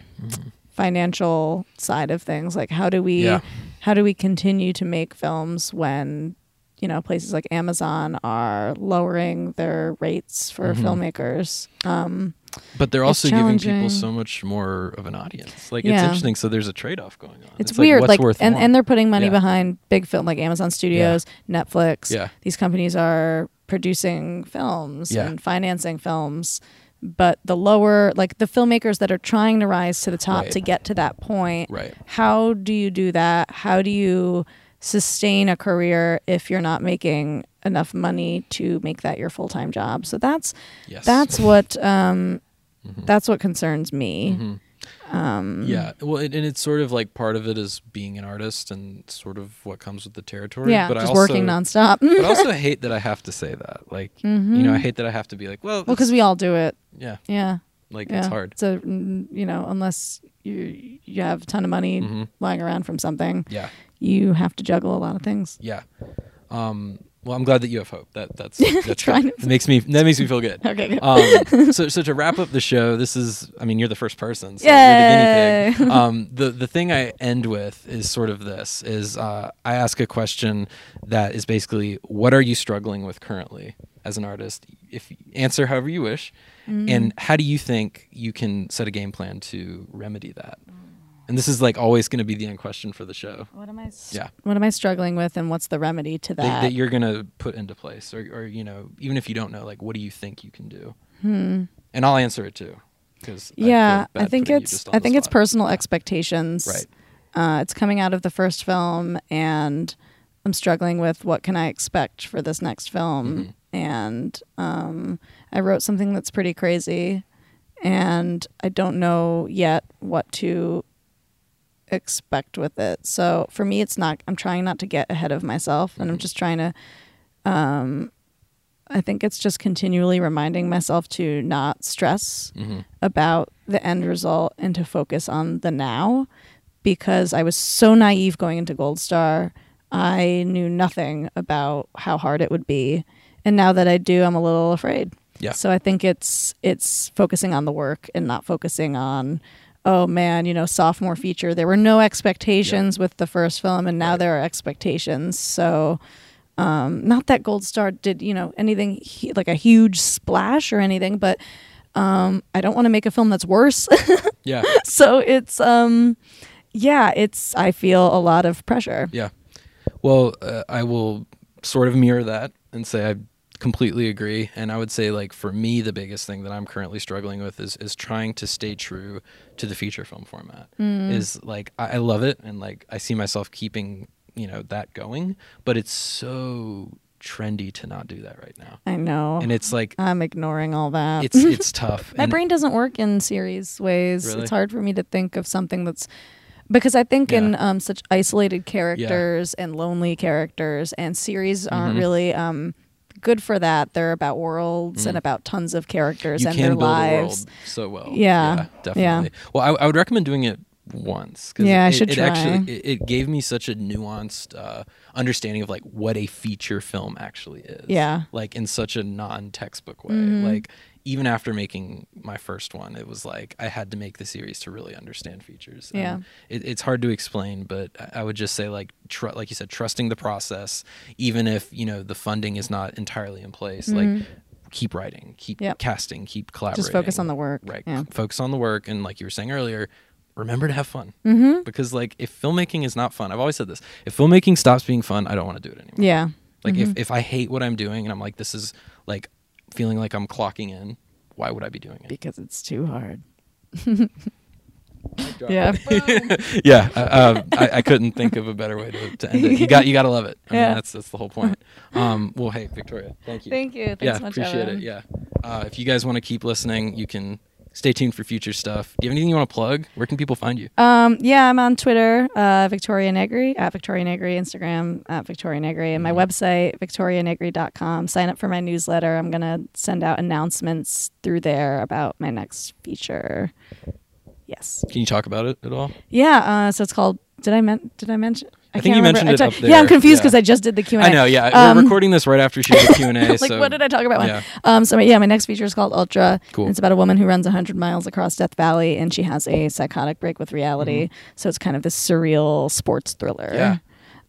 Speaker 1: financial side of things like how do we
Speaker 2: Mm-hmm. Yeah.
Speaker 1: how do we continue to make films when you know places like Amazon are lowering their rates for
Speaker 2: Mhm.
Speaker 1: filmmakers um
Speaker 2: But they're
Speaker 1: It's
Speaker 2: also giving people
Speaker 1: challenging.
Speaker 2: so much more of an audience. Like it's
Speaker 1: Yeah.
Speaker 2: interesting. So there's a trade off going on.
Speaker 1: it's, weird
Speaker 2: Like,
Speaker 1: like
Speaker 2: what's worth
Speaker 1: and,
Speaker 2: more?
Speaker 1: and they're putting money
Speaker 2: Yeah.
Speaker 1: behind big film like amazon studios netflix
Speaker 2: Yeah.
Speaker 1: these companies are producing films
Speaker 2: Yeah.
Speaker 1: and financing films but the lower like the filmmakers that are trying to rise to the top
Speaker 2: Right.
Speaker 1: to get to that point
Speaker 2: right.
Speaker 1: how do you do that how do you sustain a career if you're not making enough money to make that your full-time job so that's
Speaker 2: Yes. Mm-hmm.
Speaker 1: that's what um that's what concerns me
Speaker 2: Mhm.
Speaker 1: Um,
Speaker 2: Yeah. Well, and, and it's sort of like part of it is being an artist and sort of what comes with the territory.
Speaker 1: yeah,
Speaker 2: but
Speaker 1: just
Speaker 2: I also,
Speaker 1: working nonstop.
Speaker 2: but I also hate that I have to say that. Like, you know, I hate that I have to be like, well,
Speaker 1: Mm-hmm. well, because we all do it.
Speaker 2: yeah,
Speaker 1: Yeah,
Speaker 2: like
Speaker 1: yeah.
Speaker 2: it's hard.
Speaker 1: So mm, you know, unless you you have a ton of money
Speaker 2: Mhm.
Speaker 1: lying around from something,
Speaker 2: Yeah.
Speaker 1: you have to juggle a lot of things.
Speaker 2: Yeah. Um, well, I'm glad that you have hope. That that's that's
Speaker 1: Trying
Speaker 2: good.
Speaker 1: to-
Speaker 2: It makes me that makes me feel good.
Speaker 1: Okay. Good.
Speaker 2: Um, so so to wrap up the show, this is I mean you're the first person. So You're the guinea pig.
Speaker 1: Yay.
Speaker 2: Um, the the thing I end with is sort of this: is uh, I ask a question that is basically, what are you struggling with currently as an artist? If answer however you wish,
Speaker 1: Mm.
Speaker 2: and how do you think you can set a game plan to remedy that? And this is like always going to be the end question for the show.
Speaker 1: What am I?
Speaker 2: Yeah.
Speaker 1: What am I struggling with, and what's the remedy to
Speaker 2: that,
Speaker 1: that?
Speaker 2: that you're gonna put into place or, or you know even if you don't know like what do you think you can do and i'll answer it too because
Speaker 1: Hmm. yeah, I, think it's I think it's personal expectations.
Speaker 2: Right.
Speaker 1: Uh, it's coming out of the first film, and I'm struggling with what can I expect for this next film. And um, I wrote something that's pretty crazy, and I don't know yet what to expect with it. So for me, it's not. I'm trying not to get ahead of myself, and I'm just trying to. Um, I think it's just continually reminding myself to not stress
Speaker 2: hmm
Speaker 1: about the end result and to focus on the now because I was so naive going into Gold Star. I knew nothing about how hard it would be. And now that I do, I'm a little afraid.
Speaker 2: Yeah.
Speaker 1: So I think it's it's focusing on the work and not focusing on oh man, you know, sophomore feature. There were no expectations with the first film and now
Speaker 2: Right.
Speaker 1: there are expectations. So um not that Gold Star did, you know, anything hu- like a huge splash or anything, but um, I don't want to make a film that's worse.
Speaker 2: yeah
Speaker 1: so it's um, yeah, it's I feel a lot of pressure.
Speaker 2: yeah well uh, i will sort of mirror that and say i completely agree and i would say like for me the biggest thing that i'm currently struggling with is is trying to stay true to the feature film format
Speaker 1: Hmm.
Speaker 2: is like I, I love it and like i see myself keeping you know that going but it's so trendy to not do that right now
Speaker 1: I know.
Speaker 2: and it's like
Speaker 1: I'm ignoring all that.
Speaker 2: it's it's tough.
Speaker 1: My
Speaker 2: And-
Speaker 1: brain doesn't work in series ways.
Speaker 2: Really?
Speaker 1: It's hard for me to think of something that's because I think in
Speaker 2: Yeah.
Speaker 1: um, such isolated characters and lonely characters, and series aren't
Speaker 2: Mhm.
Speaker 1: really um, good for that. They're about worlds and about tons of characters
Speaker 2: Mm. you
Speaker 1: and
Speaker 2: can
Speaker 1: their
Speaker 2: build
Speaker 1: lives.
Speaker 2: a world so well.
Speaker 1: Yeah.
Speaker 2: definitely.
Speaker 1: Yeah.
Speaker 2: Well, I, I would recommend doing it once. 'cause
Speaker 1: Yeah, I
Speaker 2: it,
Speaker 1: should
Speaker 2: it
Speaker 1: try.
Speaker 2: Actually, it, it gave me such a nuanced uh, understanding of like what a feature film actually is.
Speaker 1: Yeah. Mm-hmm.
Speaker 2: like in such a non-textbook way. Like even after making my first one, it was like I had to make the series to really understand features. And
Speaker 1: Yeah.
Speaker 2: it, it's hard to explain, but I- I would just say like tr- like you said, trusting the process, even if you know the funding is not entirely in place. Like keep writing, keep
Speaker 1: Mm-hmm. Yep.
Speaker 2: casting, keep collaborating.
Speaker 1: Just focus on the work.
Speaker 2: Right.
Speaker 1: Yeah.
Speaker 2: Focus on the work. And like you were saying earlier, remember to have fun.
Speaker 1: Mhm.
Speaker 2: Because like if filmmaking is not fun, I've always said this. If filmmaking stops being fun, I don't want to do it anymore.
Speaker 1: Yeah. Mm-hmm.
Speaker 2: Like if, if I hate what I'm doing and I'm like, this is like feeling like I'm clocking in, why would I be doing it?
Speaker 1: Because it's too hard. yeah.
Speaker 2: yeah. Uh, uh, I, I couldn't think of a better way to, to end it. You got you gotta love it. I
Speaker 1: Yeah.
Speaker 2: mean that's that's the whole point. Um well hey Victoria, thank you.
Speaker 1: Thank you. Thanks
Speaker 2: yeah,
Speaker 1: much,
Speaker 2: appreciate
Speaker 1: Evan.
Speaker 2: it. Yeah. Uh, if you guys want to keep listening, you can stay tuned for future stuff. Do you have anything you want to plug? Where can people find you?
Speaker 1: Um, yeah, I'm on Twitter, uh, Victoria Negri, at Victoria Negri, Instagram, at Victoria Negri, and my
Speaker 2: Mm-hmm.
Speaker 1: website, victorianegri.com. Sign up for my newsletter. I'm going to send out announcements through there about my next feature. Yes.
Speaker 2: Can you talk about it at all?
Speaker 1: Yeah, uh, so it's called, did I, men- did I mention? I,
Speaker 2: I think you
Speaker 1: remember.
Speaker 2: mentioned
Speaker 1: I
Speaker 2: it
Speaker 1: t-
Speaker 2: up there.
Speaker 1: Yeah, I'm confused
Speaker 2: Yeah.
Speaker 1: because I just did the Q&A.
Speaker 2: I know. Yeah,
Speaker 1: Um,
Speaker 2: we're recording this right after she did the Q and A.
Speaker 1: like,
Speaker 2: so
Speaker 1: what did I talk about? Yeah.
Speaker 2: yeah.
Speaker 1: Um, so, my- yeah, my next feature is called Ultra.
Speaker 2: Cool.
Speaker 1: And It's about a woman who runs 100 miles across Death Valley and she has a psychotic break with reality. So, it's kind of this surreal sports thriller.
Speaker 2: Mm-hmm. Yeah.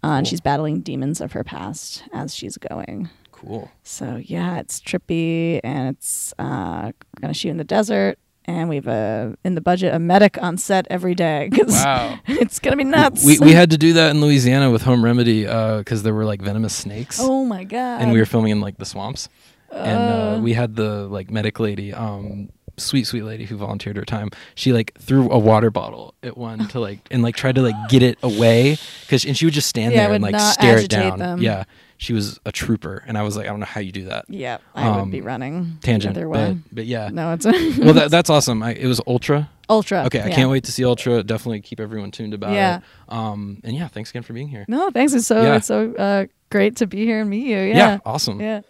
Speaker 1: Uh, and
Speaker 2: Cool.
Speaker 1: she's battling demons of her past as she's going.
Speaker 2: Cool.
Speaker 1: So, yeah, it's trippy and it's uh, going to shoot in the desert. And we have a in the budget a medic on set every day because
Speaker 2: Wow.
Speaker 1: it's gonna be nuts.
Speaker 2: We we had to do that in Louisiana with Home Remedy because there were like venomous snakes,
Speaker 1: oh my god!
Speaker 2: and we were filming in like the swamps, and uh,
Speaker 1: Oh.
Speaker 2: we had the like medic lady. Um, sweet sweet lady who volunteered her time she like threw a water bottle at one to like and like tried to like get it away because and she would just stand
Speaker 1: Yeah, it
Speaker 2: there and
Speaker 1: would
Speaker 2: like
Speaker 1: not
Speaker 2: stare it
Speaker 1: agitate
Speaker 2: down
Speaker 1: them.
Speaker 2: yeah she was a trooper, and I was like, I don't know how you do that.
Speaker 1: Yeah, I would be
Speaker 2: Um,
Speaker 1: running
Speaker 2: Tangent,
Speaker 1: either way.
Speaker 2: but, but yeah.
Speaker 1: No, it's
Speaker 2: Well, that, that's awesome. I, it was Ultra.
Speaker 1: ultra.
Speaker 2: Okay, I
Speaker 1: Uh, yeah.
Speaker 2: can't wait to see Ultra. Definitely keep everyone tuned about
Speaker 1: Yeah.
Speaker 2: it. Um, and yeah, thanks again for being here.
Speaker 1: No, thanks. It's so
Speaker 2: Yeah.
Speaker 1: it's so uh, great to be here and meet you.
Speaker 2: Yeah,
Speaker 1: Yeah,
Speaker 2: awesome.
Speaker 1: yeah.